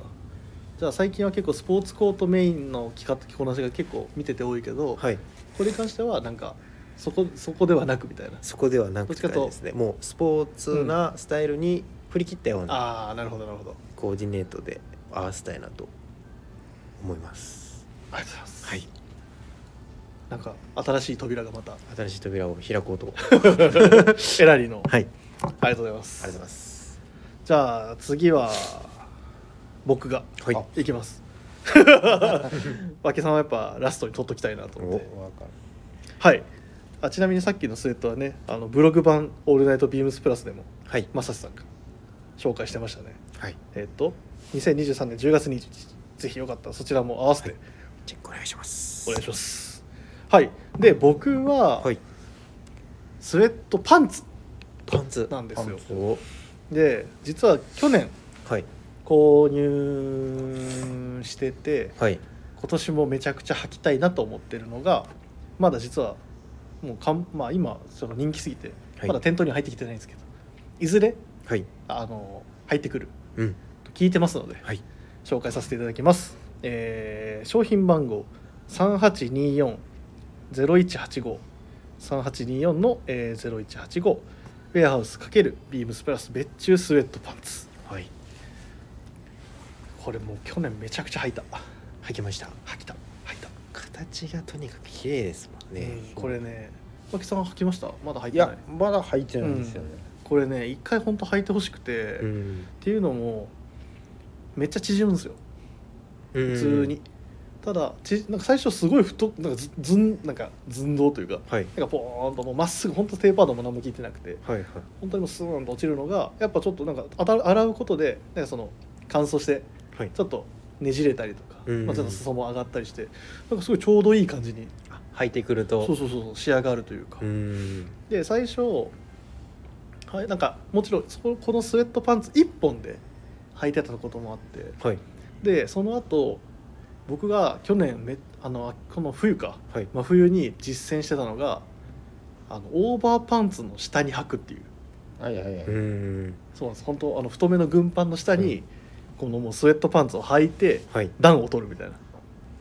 B: じゃあ最近は結構スポーツコートメインの着方着こなしが結構見てて多いけど、
C: はい
B: これに関してはなんかそこそこではなくみたいな
C: そこではなくて
B: どっちかと
C: ですねもうスポーツなスタイルに振り切ったような
B: ああなるほどなるほど
C: コーディネートで合わせたいなと思います
B: ありがとうございます
C: はい
B: なんか新しい扉がまた [laughs]
C: 新しい扉を開こうとはい
B: エラリーの
C: ありが
B: ありがとうござい
C: と
B: ま
C: うござい
B: す
C: ます
B: じゃあ次は僕が
C: はい
A: あ
B: いきます
C: [laughs]
B: わけさんはやっぱラストに取っときたいなと思って
A: なわかる
B: はいあちなみにさっきのスウェットはねあのブログ版「オールナイトビームスプラス」でも
C: はい
B: まさしさんが紹介してましたね
C: はい
B: えっと2023年10月21日ぜひよかったらそちらも合わせて
C: チェックお願いします
B: お願いしますはいで僕は、
C: はい
B: スウェットパンツ
C: パンツ
B: なんですよ
C: パンツを
B: で実は去年
C: はい
B: 購入してて
C: はい
B: 今年もめちゃくちゃ履きたいなと思ってるのがまだ実はもうかん、まあ、今その人気すぎて
C: はい
B: まだ店頭には入ってきてないんですけど、い、ずれ
C: はい
B: あの入ってくる
C: うん
B: と聞いてますので
C: はい
B: 紹介させていただきます、えー商品番号3824-0185 3824の、えー0185ウェアハウス×ビームスプラス別注スウェットパンツ
C: はい
B: これもう去年めちゃくちゃ履いた
C: 履きました
B: 履きた履いた
C: 形がとにかく綺麗ですもんね、
B: うんこれね脇さん履きましたまだ履い
A: い
B: てない
A: やまだ履いてないんですよね、
B: これね一回本当履いてほしくて、
C: う
B: っ
C: ん
B: ていうのもめっちゃ縮むんですよ
C: 普
B: 普通に、ただちなんか最初すごい太っなんかずずんなんか寸胴というか
C: はい
B: なんかポーンともうまっすぐ本当テーパードも何も効いてなくて
C: はいはい
B: 本当にもうスーンと落ちるのがやっぱちょっとなんかあた洗うことでなんかその乾燥して
C: はい
B: ちょっとねじれたりとか、
C: うん
B: まあ、ちょっと裾も上がったりしてなんかすごいちょうどいい感じに
C: あ履いてくると
B: そうそうそうそう仕上がるというか、
C: うん
B: で最初はいなんかもちろんそここのスウェットパンツ1本で履いてたこともあって
C: はい
B: でその後僕が去年めあのこの冬か
C: はい
B: 真冬に実践してたのがあのオーバーパンツの下に履くっていう
A: はいはいはい、
C: うん
B: そうなんです本当あの太めの軍パンの下に、このもうスウェットパンツを履いて
C: はい
B: 暖を取るみたいな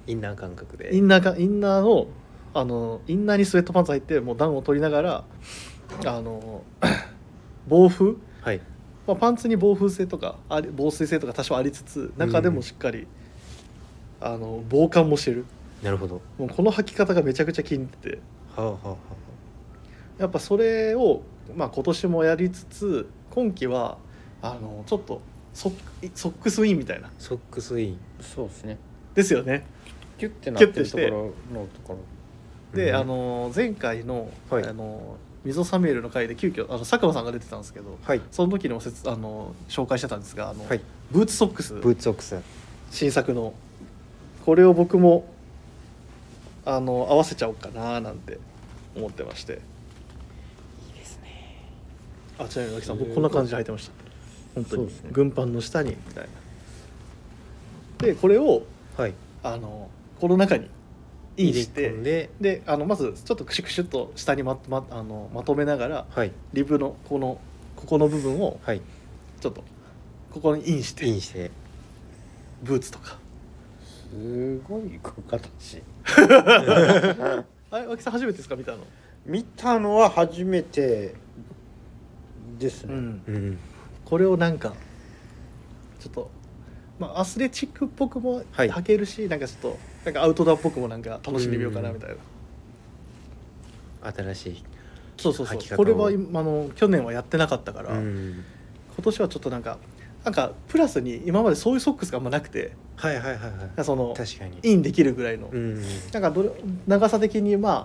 C: インナー感覚で
B: インナーがインナーのあのインナーにスウェットパンツ履いてもう暖を取りながらあの [coughs] 防風
C: はい
B: まあ、パンツに防風性とかあり防水性とか多少ありつつ中でもしっかり、あの防寒もしてる
C: なるほど
B: もうこの履き方がめちゃくちゃ気に入ってて
C: はあはあは
B: やっぱそれを、まあ、今年もやりつつ今季はあのちょっとソックソックスインみたいな
C: あソックスイン
A: そうですね
B: ですよね。
A: キュッてなってるところのところ
B: で、
C: うん
B: あの前回の,、
C: はい
B: あの溝サミュエルの回で急遽あの佐久間さんが出てたんですけど
C: はい
B: その時にもせつあの紹介してたんですがあの、
C: はい
B: ブーツソックス
C: ブーツソックス
B: 新作のこれを僕もあの合わせちゃおうかななんて思ってまして
C: いいですね
B: あちなみに脇さん僕こんな感じで履いてました本当
A: そう
B: に、
A: ですね
B: 軍パンの下にみたいなでこれを
C: はい
B: あのこの中にインして
C: 入れ込んで
B: であのまずちょっとクシュクシュっと下にままあのまとめながら
C: はい
B: リブのこのここの部分を
C: はい
B: ちょっとここにインして
C: インして
B: ブーツとか
A: すごい形
B: あれ脇さん初めてですか見たの
A: 見たのは初めてですね、
B: ん
C: うん
B: これをなんかちょっと、まあ、アスレチックっぽくも
C: はい
B: 履けるし、なんかちょっとなんかアウトドアっぽくもなんか楽しんでみようかなみたいな、
C: 新しい
B: そうそうそ
C: 履き方を
B: うこれは今あの去年はやってなかったから、
C: うん
B: 今年はちょっとなんかなんかプラスに今までそういうソックスがあんまなくて
C: はいはいはいは
B: なんかその
C: い確かに
B: インできるぐらいの、
C: うん
B: なんかどれ長さ的にまあ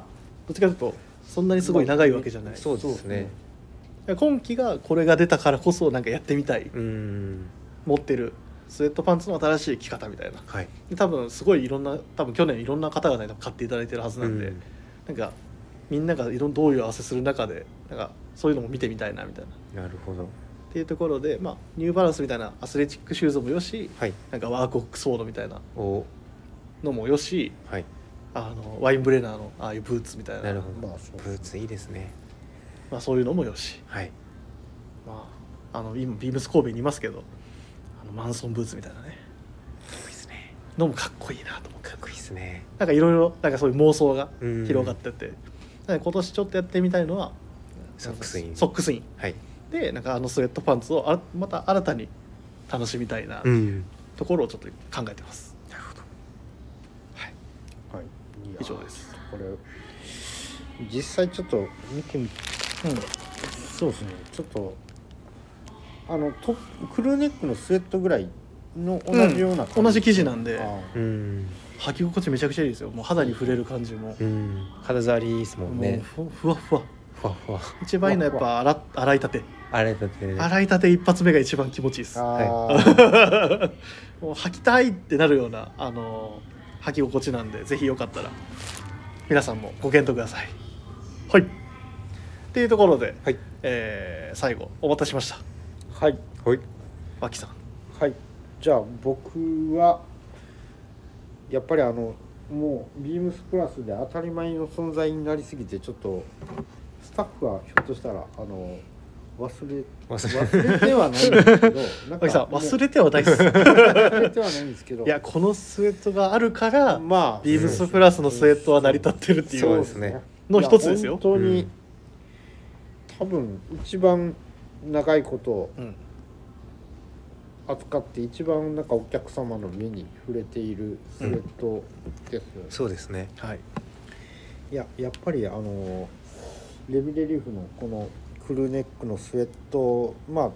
B: どっちかというとそんなにすごい長いわけじゃない、
C: そうですね
B: 今期がこれが出たからこそなんかやってみたい、
C: うん
B: 持ってるスウェットパンツの新しい着方みたいな
C: はい
B: で多分すごいいろんな多分去年いろんな方々に買っていただいてるはずなんで、なんかみんながいろんどういう合わせする中でなんかそういうのも見てみたいなみたいなっ
C: なるほど
B: ていうところで、まあ、ニューバランスみたいなアスレチックシューズもよし
C: はい
B: なんかワークオックソードみたいな
C: お
B: のもよし
C: はい
B: あのワインブレナーのああいうブーツみたいな
C: なるほど
A: まあそう
C: ブーツいいですね
B: まあ、そういうのもよし、
C: はい
B: まあ、あの今ビームス神戸にいますけどあのマンソンブーツみたいなね
C: いいですね
B: のもかっこいいなと思って
C: かっこいいですね
B: なんかいろいろなんかそういう妄想が
C: うん
B: 広がってて、なんか今年ちょっとやってみたいのは
C: ソックスイン
B: ソックスイン
C: はい
B: でなんかあのスウェットパンツをあまた新たに楽しみたいな
C: うん
B: ところをちょっと考えてます、
C: なるほど
B: はい、
A: はい、いや
B: 以上です
A: これ実際ちょっと見てみ
B: うん
A: そうですねちょっとあのトップクルーネックのスウェットぐらいの同じような感じ、
B: うん同じ生地なんで
A: あ
C: うん
B: 履き心地めちゃくちゃいいですよもう肌に触れる感じも、
C: うん肌触りいいですもん
B: もう
C: ね
B: ふふわふわ
C: ふわふわ
B: 一番いいのはやっぱ洗っ洗いたて
C: あれだってね
B: 洗いたて一発目が一番気持ちいいです
A: あ
B: も
A: ー
B: [laughs] う履きたいってなるようなあの履き心地なんでぜひよかったら皆さんもご検討くださいはいっていうところで、
C: はい
B: えー最後お待たせしました
A: はい
C: はい
B: 脇さん
A: はいじゃあ僕はやっぱりあのもうビームスプラスで当たり前の存在になりすぎてちょっとスタッフはひょっとしたらあの忘れ
C: 忘れ
A: 忘れてはないんで
B: [laughs]
A: すけどなんか
B: 脇さん
A: もう
B: 忘れてはないっす
A: 忘れてはないんですけど
B: いやこのスウェットがあるから
A: まあ
B: ビームスプラスのスウェットは成り立ってるってい
C: そう
B: う
C: ですね
B: の一つですよ
A: いや本当に、
C: うん
A: 多分一番長いこと
B: うん
A: 扱って一番なんかお客様の目に触れているスウェットです、
C: そうですね
B: はい
A: いややっぱりあのレビレリーフのこのクルーネックのスウェットまあ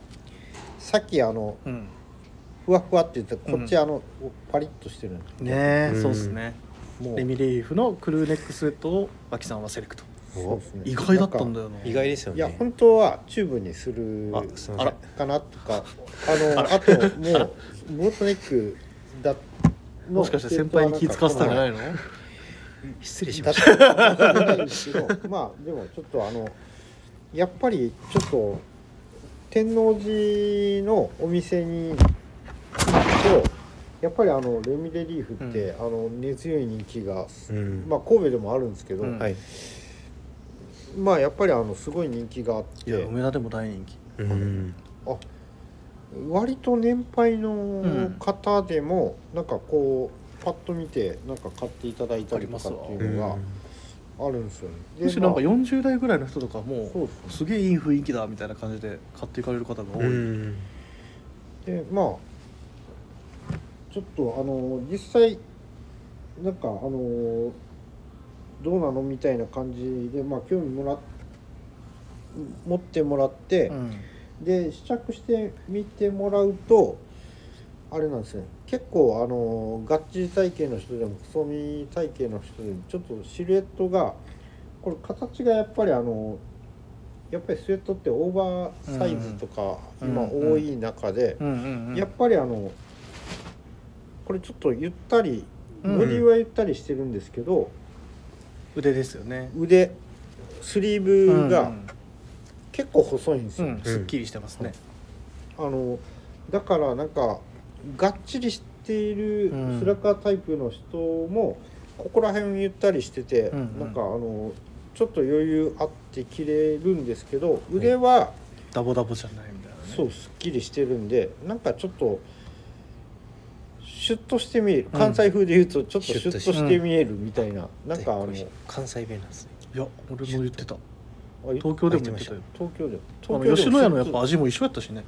A: さっきあの
B: うん
A: ふわふわって言ってこっち
B: う
A: あの、パリッとしてるんですけど
B: ねえ、
C: うん
B: そうですね
A: もう
B: レミレリーフのクルーネックスウェットを脇さんはセレクト
A: そうですね
B: 意外だったんだよな
C: 意外ですよ
A: い
C: ね
A: や本当はチューブにする
C: あすいません
B: あら
A: かな
B: [laughs]
A: とかあのあともうボートネックだの
B: もしかして先輩に気使わせたんじゃないいの [laughs]
C: 失礼し
A: だ
C: ま
A: っ
C: した
A: たかもしれないんですけどまあでもちょっとあのやっぱりちょっと天王寺のお店に行くとやっぱりあのレミレリーフって、あの根強い人気が、
C: うん
A: まあ神戸でもあるんですけど、
B: うん
C: はい
A: まあやっぱりあのすごい人気があっ
B: い
A: て
B: や梅田でも大人気
C: うん
A: あ割と年配の方でも、なんかこうパッと見てなんか買っていただいたりとかっていうのがあるんですよね。で
B: むしろなんか
A: ま
B: 40代ぐらいの人とか
A: あそう
B: も
A: です
B: う
A: ね
B: すげえいい雰囲気だみたいな感じで買っていかれる方が多
C: う
B: い
C: ん
A: でまあちょっとあの実際なんかあのどうなのみたいな感じでまあ興味もらっ持ってもらって、
B: うん
A: で試着してみてもらうとあれなんですね結構あのがっちり体型の人でも細身体型の人でもちょっとシルエットがこれ形がやっぱりあのやっぱりスウェットってオーバーサイズとか
B: うん
A: 今
B: うん
A: 多い中で
B: うんうんうん
A: やっぱりあのこれちょっとゆったり
B: うん
A: ボディはゆったりしてるんですけど
B: 腕ですよね
A: 腕スリーブが結構細いんです
B: う
A: よ。
B: んうんすっきりしてますね
A: あのだからなんかがっちりしている
B: うん
A: スラッガータイプの人も、ここら辺ゆったりしてて、
B: うんうん
A: なんかあのちょっと余裕あって着れるんですけど腕は
B: ダボダボじゃないみたいな
D: ね
A: そうすっきりしてるんでなんかちょっとシュッとして見える関西風で言うとちょっとシュッとして見えるみたいな、なんかあのあ
D: 絶対関西弁なんですね
B: いや俺も言ってた
A: 東
B: 東京でも言ってたよ
A: 京でも
B: あ
A: 東
B: の
A: 京でも
B: 吉野家のやっぱ味も一緒やったしね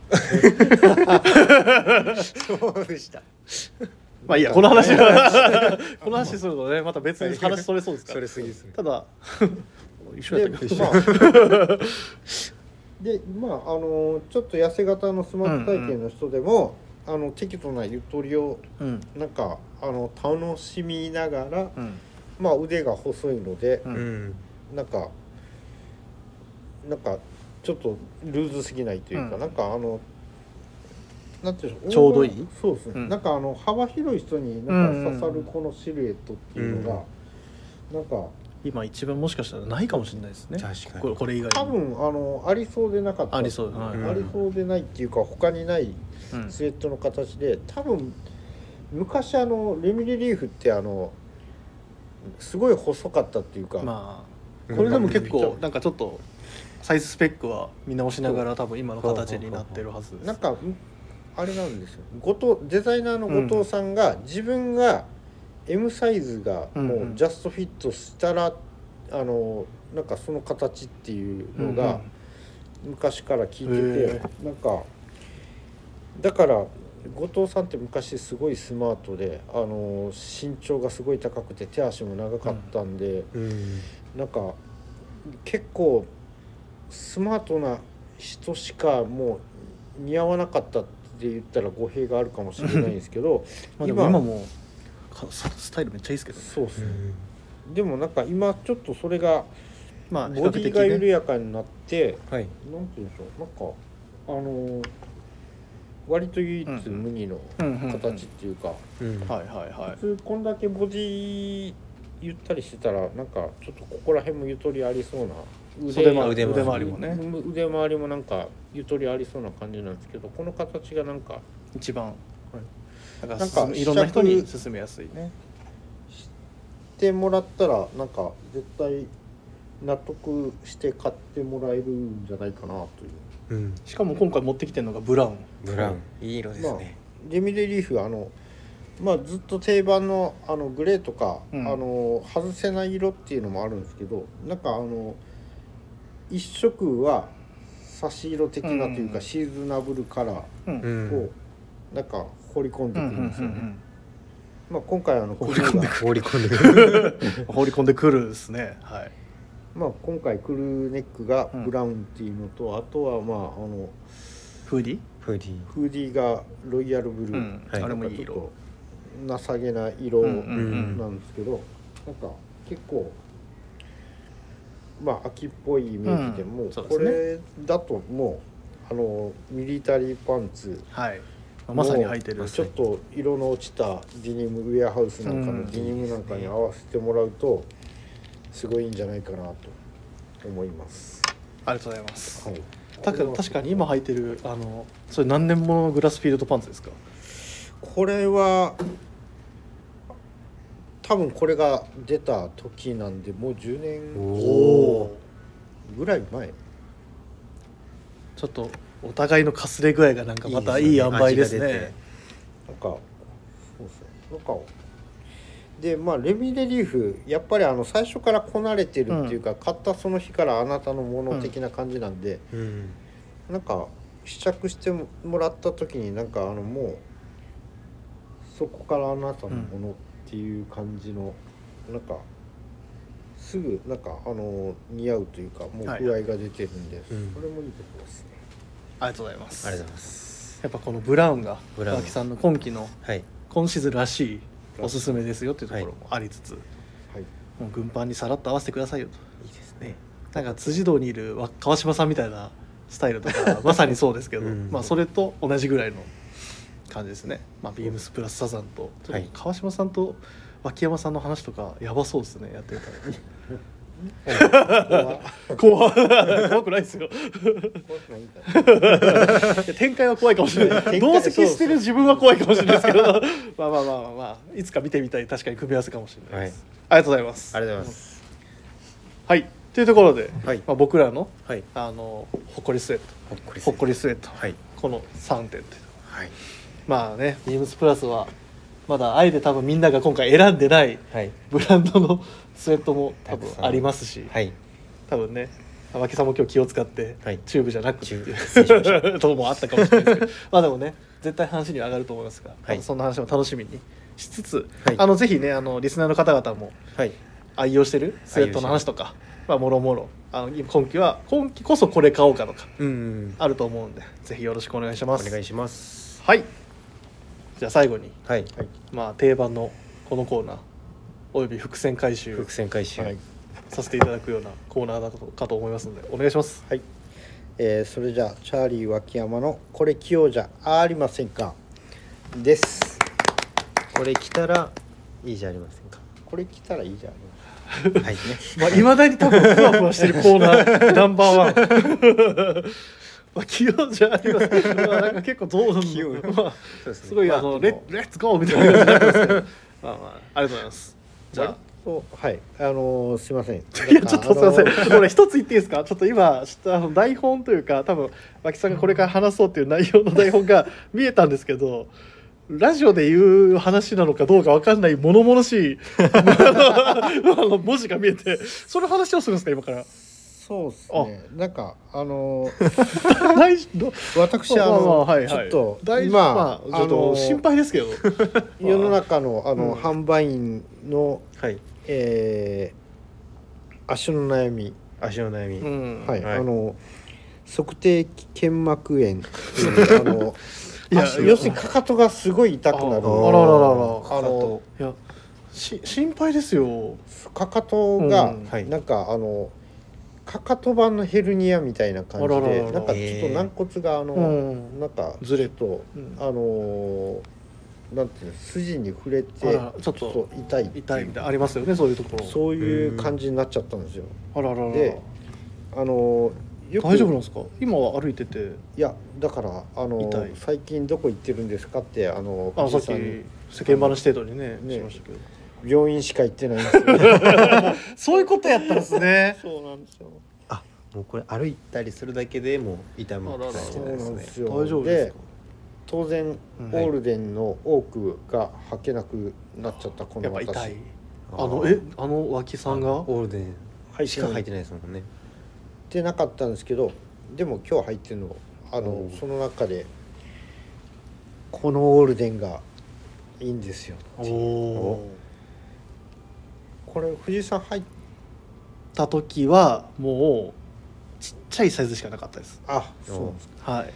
D: そうでした
B: [laughs] まあいいやこの話はこの話するとねまた別に話それそうですから
D: それすぎですね
B: ただ [laughs] 一緒や
A: で
B: ったけど
A: まあでまああ [laughs] のちょっと痩せ型のスマート体験の人でも、あの適度なゆとりを
B: うん
A: なんかあの楽しみながら、
B: うん
A: まあ、腕が細いので
B: う、
D: うんん
A: なんかなんかちょっとルーズすぎないというか、
B: うん
A: なんかあのなんていうんでし
B: ちょうどいい
A: そうですね、
B: うん
A: なんかあの幅広い人になんか刺さるこのシルエットっていうのが、なんか
B: 今一番もしかしたらないかもしれないですね
D: 確か
B: これ
D: に
B: これ以外に
A: 多分あのありそうでなかった
B: ありそうはい
A: ありそうでないっていうか他にない
B: うん
A: スウェットの形で多分昔あのレミリリーフってあのすごい細かったっていうか、
B: ま
D: う
B: あ
D: ん
B: これでも結構なんかちょっとサイズスペックは見直しながら多分今の形になってるはずです
A: なんかうんあれなんですよ後藤デザイナーの後藤さんが、自分が M サイズがも
B: ん
A: う
B: う
A: うんジャストフィットしたら、あのなんかその形っていう
B: うんう
A: の
B: ん
A: が昔から聞いて
B: へ
A: て、なんかだから後藤さんって昔すごいスマートであの身長がすごい高くて手足も長かったんで。
D: うん
A: なんか結構スマートな人しかもう似合わなかったって言ったら語弊があるかもしれないんですけど
B: まあでも今もかススタイルめっちゃいいですけどね
A: [laughs] そうっす
D: う
A: ね、
D: ん
A: でもなんか今ちょっとそれが
B: まあ比
A: ボ
B: 較
A: ディ
B: 的
A: が緩
B: ね
A: やかになって、
D: はい
A: なんて言うんでしょうなんかあのー割と唯一無二の
B: うんうんうん
A: 形っていうか、
D: うん
B: はいはいはい
A: 普通こんだけボディゆったりしてたらなんかちょっとここら辺もゆとりありそうな
B: 袖ま
D: 腕
B: 腕周りもね
A: う腕周りもなんかゆとりありそうな感じなんですけどこの形がなんか
B: 一番なん
A: な
B: か
A: んか
B: すいろんな人に勧めやすいね
A: してもらったらなんか絶対納得して買ってもらえるんじゃないかなという
D: うん
B: しかも今回持ってきてるのがブラウン
D: ブラウンいい色ですね
A: レミレリーフあのまあずっと定番のあのグレーとか、
B: うん
A: あの外せない色っていうのもあるんですけどなんかあの一色は差し色的なという
B: うん
A: かシーズナブルカラ
D: う
B: う
D: ん
A: ーを
D: ん
A: なんか彫り込ん
B: う
A: で
B: んうん
A: くる
B: うん
A: ですよね。
B: ん
A: まあ、今回あのクル
B: 掘り込んで
A: ーが、
D: 放り込んでく
B: [laughs]
D: る
B: うん放り込んでくるですねはい
A: まあ、今回クルーネックが
B: うん
A: ブラウンっていうのと、あとはまああの
B: フーディ
D: フーディー
A: フーディーがロイヤルブルー、
B: うん
D: はい
B: あれもいい
A: なん
B: 色
A: かちょっと情けな色
B: うんうん
D: うん
A: なんですけど、なんか結構まあ秋っぽいイメージで
B: うん
A: もう
B: そうで
A: こ
B: すね
A: れだともうあのミリタリーパンツ
B: はいまさに履いて
A: も
B: る
A: うちょっと色の落ちたデニムウェアハウスなんか
B: う
A: の
B: ん
A: デニムなんかに合わせてもらうとすごいいいんじゃないかなと思います。
B: ありがとうございます
A: はい、
B: たか確かに今履いてるあのそれ何年ものグラスフィールドパンツですか
A: これは多分これが出た時なんでもう10
D: お
A: 年
D: おー
A: ぐらい前
B: ちょっとお互いのかすれ具合がなんかまたいい塩梅ですね
A: なんかそうですねなんかでまあレミレリーフやっぱりあの最初からこなれてるっていうか、買ったその日からあなたのもの的な感じなんで、
D: うん
A: なんか試着してもらった時になんかあのもうそこからあなたのものっていう感じの、なんかすぐなんかあの似合うというかもう具
B: はい
A: 合が出てるんで、
D: うん
A: それもいいところですね。
B: ありがとうございます
D: ありがとうございます
B: やっぱこのブラウンが
D: ブラウン
B: 川木さんの今季の
D: はい
B: 今シーズンらしいおすすめですよっていうところもありつつ、
A: はい、
B: もう軍パンにさらっと合わせてくださいよ
D: いいですね
B: となんか辻堂にいるわ川島さんみたいなスタイル
D: [laughs]
B: とかまさにそうですけど、
D: うん
B: まあ、それと同じぐらいの感じですね、まあ、ビームスプラスサザンとちょっと川島さんと脇山さんの話とかやばそうですねやってた
D: [laughs]
B: ら怖い怖くないですよ
A: 怖くないんだね
B: いや [laughs] 展開は怖いかもしれない
A: 展開
B: 同席してる自分は怖いかもしれないですけど [laughs] まあまあまあまあ、まあ、いつか見てみたい確かに組み合わせかもしれないです、ありがとうございます
D: ありがとうございます
B: はいというところで、
A: はい
B: まあ、僕らの
A: はい
B: あのほっこりスウェット
A: ほっこり
B: ほっこりスウェット、
A: はい
B: この3点って
A: はい
B: まあねビームスプラスはまだあえて多分みんなが今回選んでない
C: はい
B: ブランドのスウェットも多分
C: たくさん
B: ありますし、
C: はい
B: 多分ね天木さんも今日気を使って、
C: はい
B: チューブじゃなくて
C: チューブ失礼しま
B: [laughs] どうもあったかもしれないですけど [laughs] まあでもね絶対話には上がると思いますが、
C: はい
B: そんな話も楽しみにしつつ、
C: はい
B: あのぜひねあのリスナーの方々も
C: はい
B: 愛用してるスウェットの話とか、まあ、もろもろあの今期は今期こそこれ買おうかとか
C: うん
B: あると思うんでぜひよろしくお願いし
C: お
B: ます
C: 願いします
B: はいじゃあ最後に、
C: はい
B: まあ、定番のこのコーナーおよび伏線回収
C: 伏線回収
A: はい
B: させていただくようなコーナーだとかと思いますのでお願いします
A: はい、えーそれじゃあチャーリー脇山の「これ器用じゃありませんか」です
C: これ着たらいいじゃありませんか
A: これ着たらいいじゃん
C: はいね
B: まあ、未だに多分ふわふわしてるコーナ [laughs] ーナンバーワン。 [laughs] まあ、器用じゃありません。まあ、なんか結構どうなんだろう。まあ、
C: そうですね
B: すごい、
C: まあ
B: あの、
C: で
B: レ
C: も
B: ッ、レッツゴーみたいな感じになってますけど。まあ、まあ、ありがとうございます。じゃあ。
A: そうはいあのーすいません
B: [laughs] いやちょっとすいませ
A: あのー
B: ん、俺一つ言っていいですか、ちょっと今、ちょっとあの台本というか、多分脇さんがこれから話そうという内容の台本が見えたんですけど、ラジオで言う話なのかどうか分かんない、物々しい [laughs] あの文字が見えて、その話をするんですか、今から。
A: そうですねなんかあのー
B: 大丈夫 [laughs]
A: 私
B: ま
A: あ
B: あま
A: の
B: あはいはい
A: ちょっと
B: 大
A: 今、
B: まあ、ちょっ
A: あの
B: と
A: ー
B: 心配ですけど
A: 世の中のあ
B: う
A: の、
B: ん
A: 販売員の、
C: はい
A: えー足の悩み、
C: 足の悩み、
B: うん
A: はい、
C: はい
A: あの測定腱膜炎って
B: [laughs]
A: いうあの
B: いや
A: 足要するにかかとがすごい痛くなる
B: ああらららら
A: あの
B: いやし心配ですよ
A: かかとが
B: うん
C: はい
A: なんかあのかかと版のヘルニアみたいな感じ
B: あらら
A: で
B: らら
A: なんかちょっと軟骨があの、
B: うん
A: なんか
B: ずれ
A: ちょっと、
B: うん
A: あのーなんていうの筋に触れて
B: あらちょっと
A: ちょっと痛いっていう
B: 痛いみたいなありますよねそういうところ
A: そういう感じになっちゃったんですよ。
B: あらららら
A: であのーよく
B: 大丈夫なんですか今は歩いてて
A: いやだからあの
B: 痛い
A: 最近どこ行ってるんですかってあの
B: あさ
A: 藤
B: っき
A: 井さんに
B: 世間話程度にね
A: ね
B: しましたけど
A: 病院しか行ってないんで
B: [laughs]
A: すよ
B: そういうことやったんですね
A: そうなんですよ
C: あもうこれ歩いたりするだけでもう痛む
B: あらら
C: 感じ
A: そ
C: な
A: うんなん
C: で
A: ですす
C: ね
A: よ
B: 大丈夫ですか
A: 当然
B: う
A: オ
B: ん
A: ールデンの多くが履けなくなっちゃったこ
B: や
A: の
B: っぱ
A: 私
B: 痛いあのえあの脇さんが
C: オールデンしか入って
A: ない
C: ないですもんね
A: ってなかったんですけどでも今日履いてるのあ
C: お
A: の
C: う
A: その中でこのオールデンがいいんですよ
B: おお
A: これ藤井さん入っ
B: った時はもうちっちゃいサイズしかなかったです
A: あ
C: お
A: そうう
B: はい、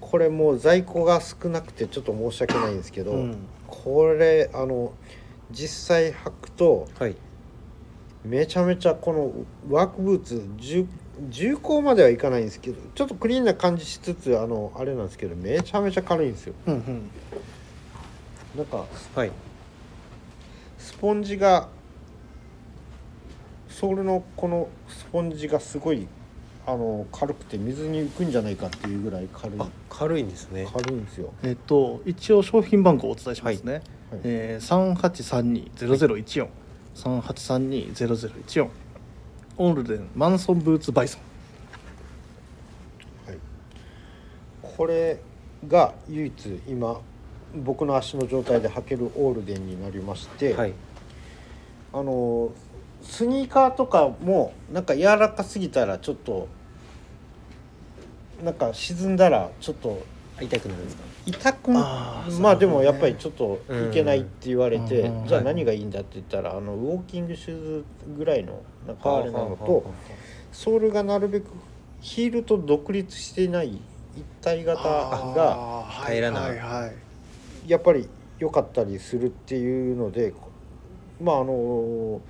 A: これもう在庫が少なくてちょっと申し訳ないんですけど、
B: うん、
A: これあの実際履くと
C: はい
A: めちゃめちゃこのワークブーツ重重厚まではいかないんですけどちょっとクリーンな感じしつつあのあれなんですけどめちゃめちゃ軽いんですよ
B: うんうん
A: なんか
C: はい
A: スポンジがソールのこのスポンジがすごいあの軽くて水に浮くんじゃないかっていうぐらい軽い
C: あ軽いんですね
A: 軽いんですよ
B: えっと一応商品番号をお伝えしますね、
A: はい
B: えー、3832-0014、3832-0014オールデンマンソンブーツバイソン
A: はい、これが唯一今僕の足の状態で履けるオールデンになりまして、
C: はい
A: あのスニーカーとかもなんか柔らかすぎたらちょっとなんか沈んだらちょっと
C: 痛くなるんですか
A: 痛
B: あ
A: く
B: ー
A: まあ
B: そうだね
A: でもやっぱりちょっといけないって言われて、
B: うん
A: じゃ
C: は
A: あ
C: い
A: 何がいいんだって言ったらあのウォーキングシューズぐらいのなんかあれなのと。
C: は
A: ソールがなるべくヒールと独立していない一体型が
B: あー
C: 平らな
B: はいはいはい
A: やっぱり良かったりするっていうのでこまああの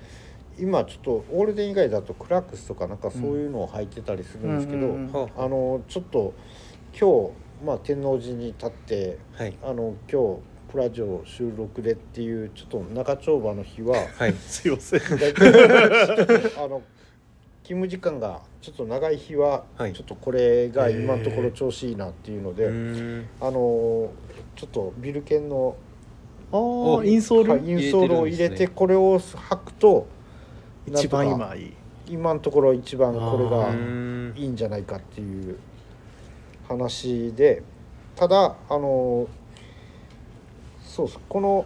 A: 今ちょっとオールデン以外だとクラックスとかなんかそういうのを履いてたりするんですけど、
B: うんうんうん
C: あはあ
A: あのちょっと今日、まあ、天王寺に立って
C: はい
A: あの今日プラジオ収録でっていうちょっと長丁場の
B: [laughs]
A: 日は。
C: はい
B: すいません
A: 大体あの勤務時間がちょっと長い日は、
C: はい
A: ちょっとこれが今のところ調子いいなっていうので、
C: うーん
A: あのちょっとビルケンの
B: ああインソー
A: は
B: ル
A: いインソールを入れ
C: 入れてるんです
A: て
C: ね
A: これを履くと
B: 一番
A: なんとか
B: 今いい
A: 今のところ一番これ
B: あ
A: が
C: ん
A: いいんじゃないかっていう話でただあのそうそうこの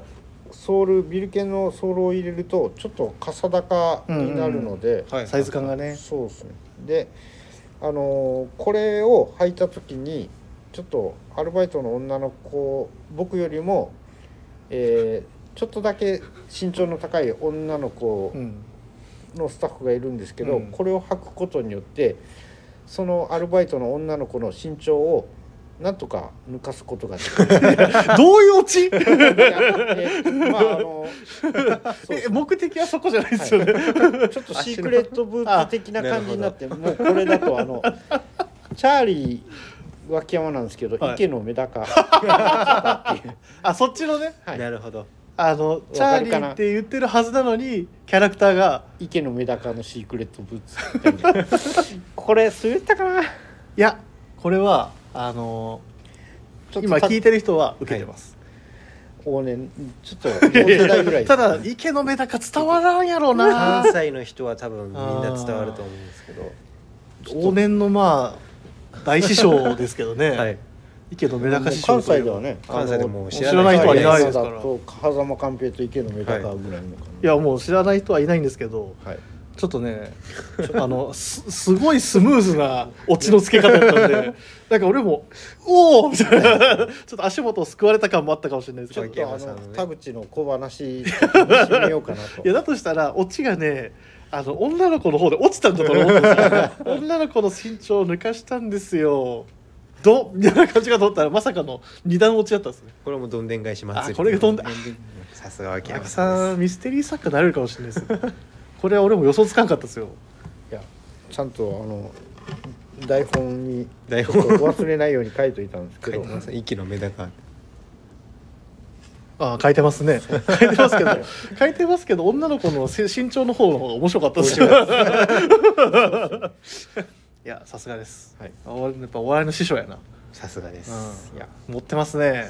A: ソールビルケンのソールを入れるとちょっとかさ高になるので、
D: はい
B: サイズ感がね
A: そうですねであのーこれを履いた時にちょっとアルバイトの女の子僕よりも、えーちょっとだけ身長の高い女の子
B: うん
A: のスタッフがいるんですけど、
B: うん
A: これを履くことによってそのアルバイトの女の子の身長をなんとか抜かすことができ
B: [laughs]
A: る。
B: どういうオチ
A: えーまああの
B: [laughs]
A: そうです
B: え
A: ね
B: 目的はそこじゃないですよね、
A: ちょっとシークレットブーツ的な感じになってもうこれだとあのチャーリー脇山なんですけど、
B: はい
A: 池のメダカっていう
B: [laughs] あそっちのね
A: はい
D: なるほど。
B: あのチャ
A: か
B: ー
A: る
B: リ
A: か
B: ー
A: な
B: って言ってるはずなのにキャラクターが
A: 池のメダカのシークレットブーツみたいなこれ滑ったかない
B: やこれはあの
A: ちょっ
B: 今
A: とた
B: 聞いてる人は受けてます、
A: 往年ちょっと同世代ぐらい
B: ただ池のメダカ伝わらんやろうな
C: 関西の人は多分みんな伝わると思うんですけど
B: 往年のまあ大師匠ですけど
A: [laughs]
B: ね、
C: はい
B: 池のメダカ師匠
A: 関
B: とい
A: 西
B: う
A: ではね
C: 関西でもう知ら
B: ない人はいない
A: で
B: ですす
A: か
B: からら
A: と風間寛平と池のメダカぐらいの感
B: い
A: じ、
B: やもう知らない人はいないんですけど
A: はい
B: ちょっとねあのす [laughs] すごいスムーズなオチのつけ方だったんでなんか俺も「おお!」みたいなちょっと足元をすくわれた感もあったかもしれないです
A: ちょっ
B: けど
A: とあ
C: 秋山さんの
A: の
C: ね
A: 田口の小話締めようかなと
B: いやだとしたらオチがねあの女の子の方で落ちたんだと思うん
A: [laughs]
B: ですよ女の子の身長を抜かしたんですよどみたいな感じかと思ったらまさかの二段落ちだったんですね
C: これもどんでん返し祭り
B: あこれがどんでん
C: [laughs] さすが秋
B: 逆
C: 山さ
B: さ
C: ん
B: んミステリー作家になれるかもしれないですこれは俺も予想つかんかったですよ
A: いやちゃんとあの台本に
C: 台
A: ちょ
C: 本
A: っと忘れないように書いといたんですけ
B: [laughs]
C: です書い
A: ど
C: てます息のメダカ
B: あ書いてますね書いてますけ
A: [laughs]
B: ど書いてますけど女の子のせ身長の方の方が面白かった
A: [laughs]
B: ですよいやさすがです、
A: はい
B: あ俺やっぱお笑いの師匠やな
C: さすがです
B: うん
A: いや
B: 持ってま
C: [laughs]
B: すね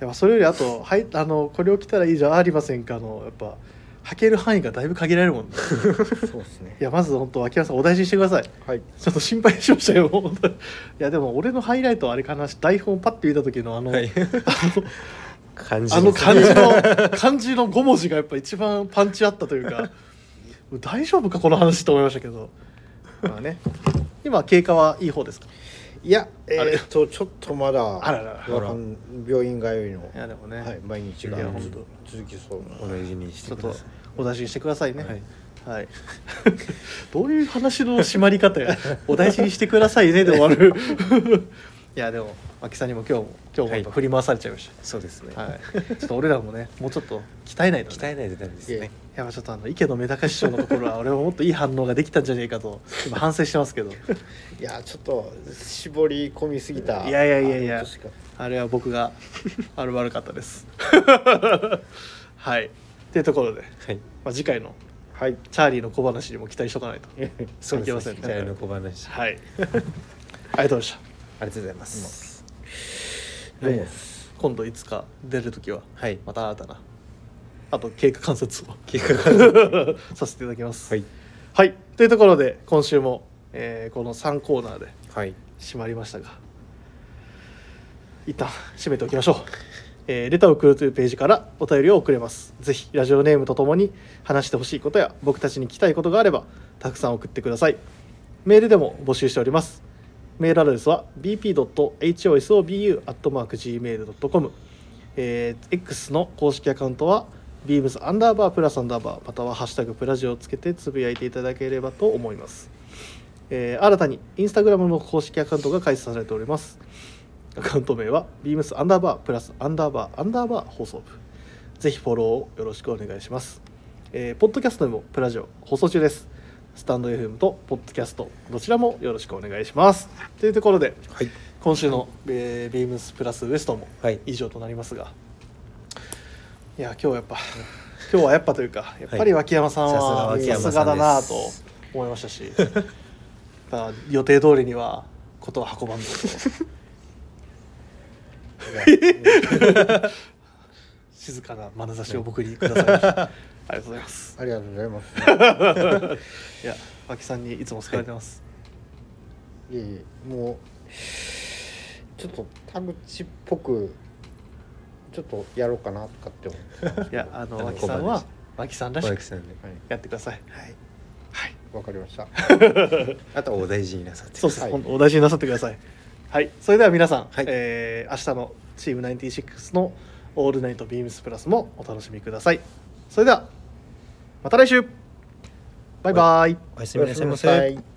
B: やっぱそれよりあと「はいあのこれを着たらいいじゃんありませんか」のやっぱ履ける範囲がだいぶ限られ
C: [laughs]
B: るもんね
A: そうですね
B: いやまず本当秋山さんお大事にしてください
A: はい
B: ちょっと心配し
C: [laughs]
B: ましたよ本当にいやでも俺のハイライトはあれかな台本をパッて見た時のあの、
C: はい [laughs] 感じ
B: あの漢字の漢字の5文字がやっぱ一番パンチあったとい
C: [laughs]
B: うか大丈夫かこの話と思いましたけどまあね今経過はいい方ですか
A: いやえ
B: あれ
A: ーっとちょっとまだ
B: あららら
A: わかん病院通いの
B: いやでもね、
A: はい毎日が
B: いや本当
A: 続きそう
C: お
A: な
C: 大事にし
B: ち
C: て
B: ょっ
C: くだ
B: と
C: さい
B: お出しにしてくださいね。はい。
C: [laughs]
B: どういう話の締まり方や。お大事にしてくださいねで終わる。 [laughs] いやでも秋さんにも今日も今日もやっぱ振り回されちゃいまし
C: そうですね
B: た。はい。
C: [laughs]
B: ちょっと俺らもねもうちょっと鍛えないと、ね。
C: 鍛えないとダメです
A: いえ
C: ね
B: やっぱちょっとあの池のメダカ師匠のところ
C: [laughs]
B: は俺はもっといい反応ができたんじゃねえかと今反省してますけど。
A: いやちょっと絞り込みすぎた
B: いやいやいやい
A: あ
B: や
A: の年か
B: あれは僕があれ悪かっ
C: [laughs]
B: たです。はい。というところで、
C: はい
B: まあ、次回の
A: はい
B: チャーリーの小話にも期待しとかないと。
C: そうで
B: いけますせん
C: ね
B: ね
C: 鍛えの小話あ
B: はい。ありがとうございました。
C: りがとうございます
A: [laughs] どうも
B: 今度いつか出るときは、
C: はい
B: また新たな、あと経過観察を
C: 結果
B: [laughs] させていただきます。
C: はい。
B: はい。というところで、今週も、えーこの3コーナーで
C: はい
B: 締まりましたが、一旦締めておきましょう。えーレターを送るというページからお便りを送れます。ぜひ、ラジオネームとともに話してほしいことや、僕たちに聞きたいことがあれば、たくさん送ってください。メールでも募集しております。メールアドレスは bp.hosobu.gmail.com、えー X の公式アカウントは beams アンダーバープラスアンダーバーまたはハッシュタグプラジオをつけてつぶやいていただければと思います、えー新たにインスタグラムの公式アカウントが開設されておりますアカウント名は beams アンダーバープラスアンダーバーアンダーバー放送部ぜひフォローをよろしくお願いします、えーポッドキャストでもプラジオ放送中ですスタンド FM とポッドキャストどちらもよろしくお願いしますというところで
C: はい
B: 今週の、えー、ビームスプラスウエストも
C: はい
B: 以上となりますが、い、や今日やっぱ今日はやっぱというかやっぱり脇山さんは
C: さすが
B: さ
C: 脇
B: す
C: 山
B: が
C: さ
B: だ
C: ん
B: な
C: で
B: と
C: す
B: 思いましたしやっぱ予定通りにはことは運ばんぞと静かな眼差しを僕にくださいましたありがとうございます
A: ありがとうございます。
B: いやパキさんにいつも好かれてます、
A: いえいえもうちょっと田口っぽくちょっとやろうかなとかって思って
B: い、やあの
D: あの
B: 脇さん
D: 小判
B: は
D: で
B: 脇さんらし
D: 小
B: く
D: 池さんで
A: はい
B: やってください
D: はい
B: はい
A: わかりました。
D: あとはお大事になさって
B: そうです、
A: はい
B: ほんとお大事になさってくださいはいそれでは皆さん、
D: はい
B: えー明日のチーム96の「オールナイトビームスプラス」もお楽しみくださいそれではまた来週バイバイ、
E: おやすみなさいませ。
A: おやすみなさい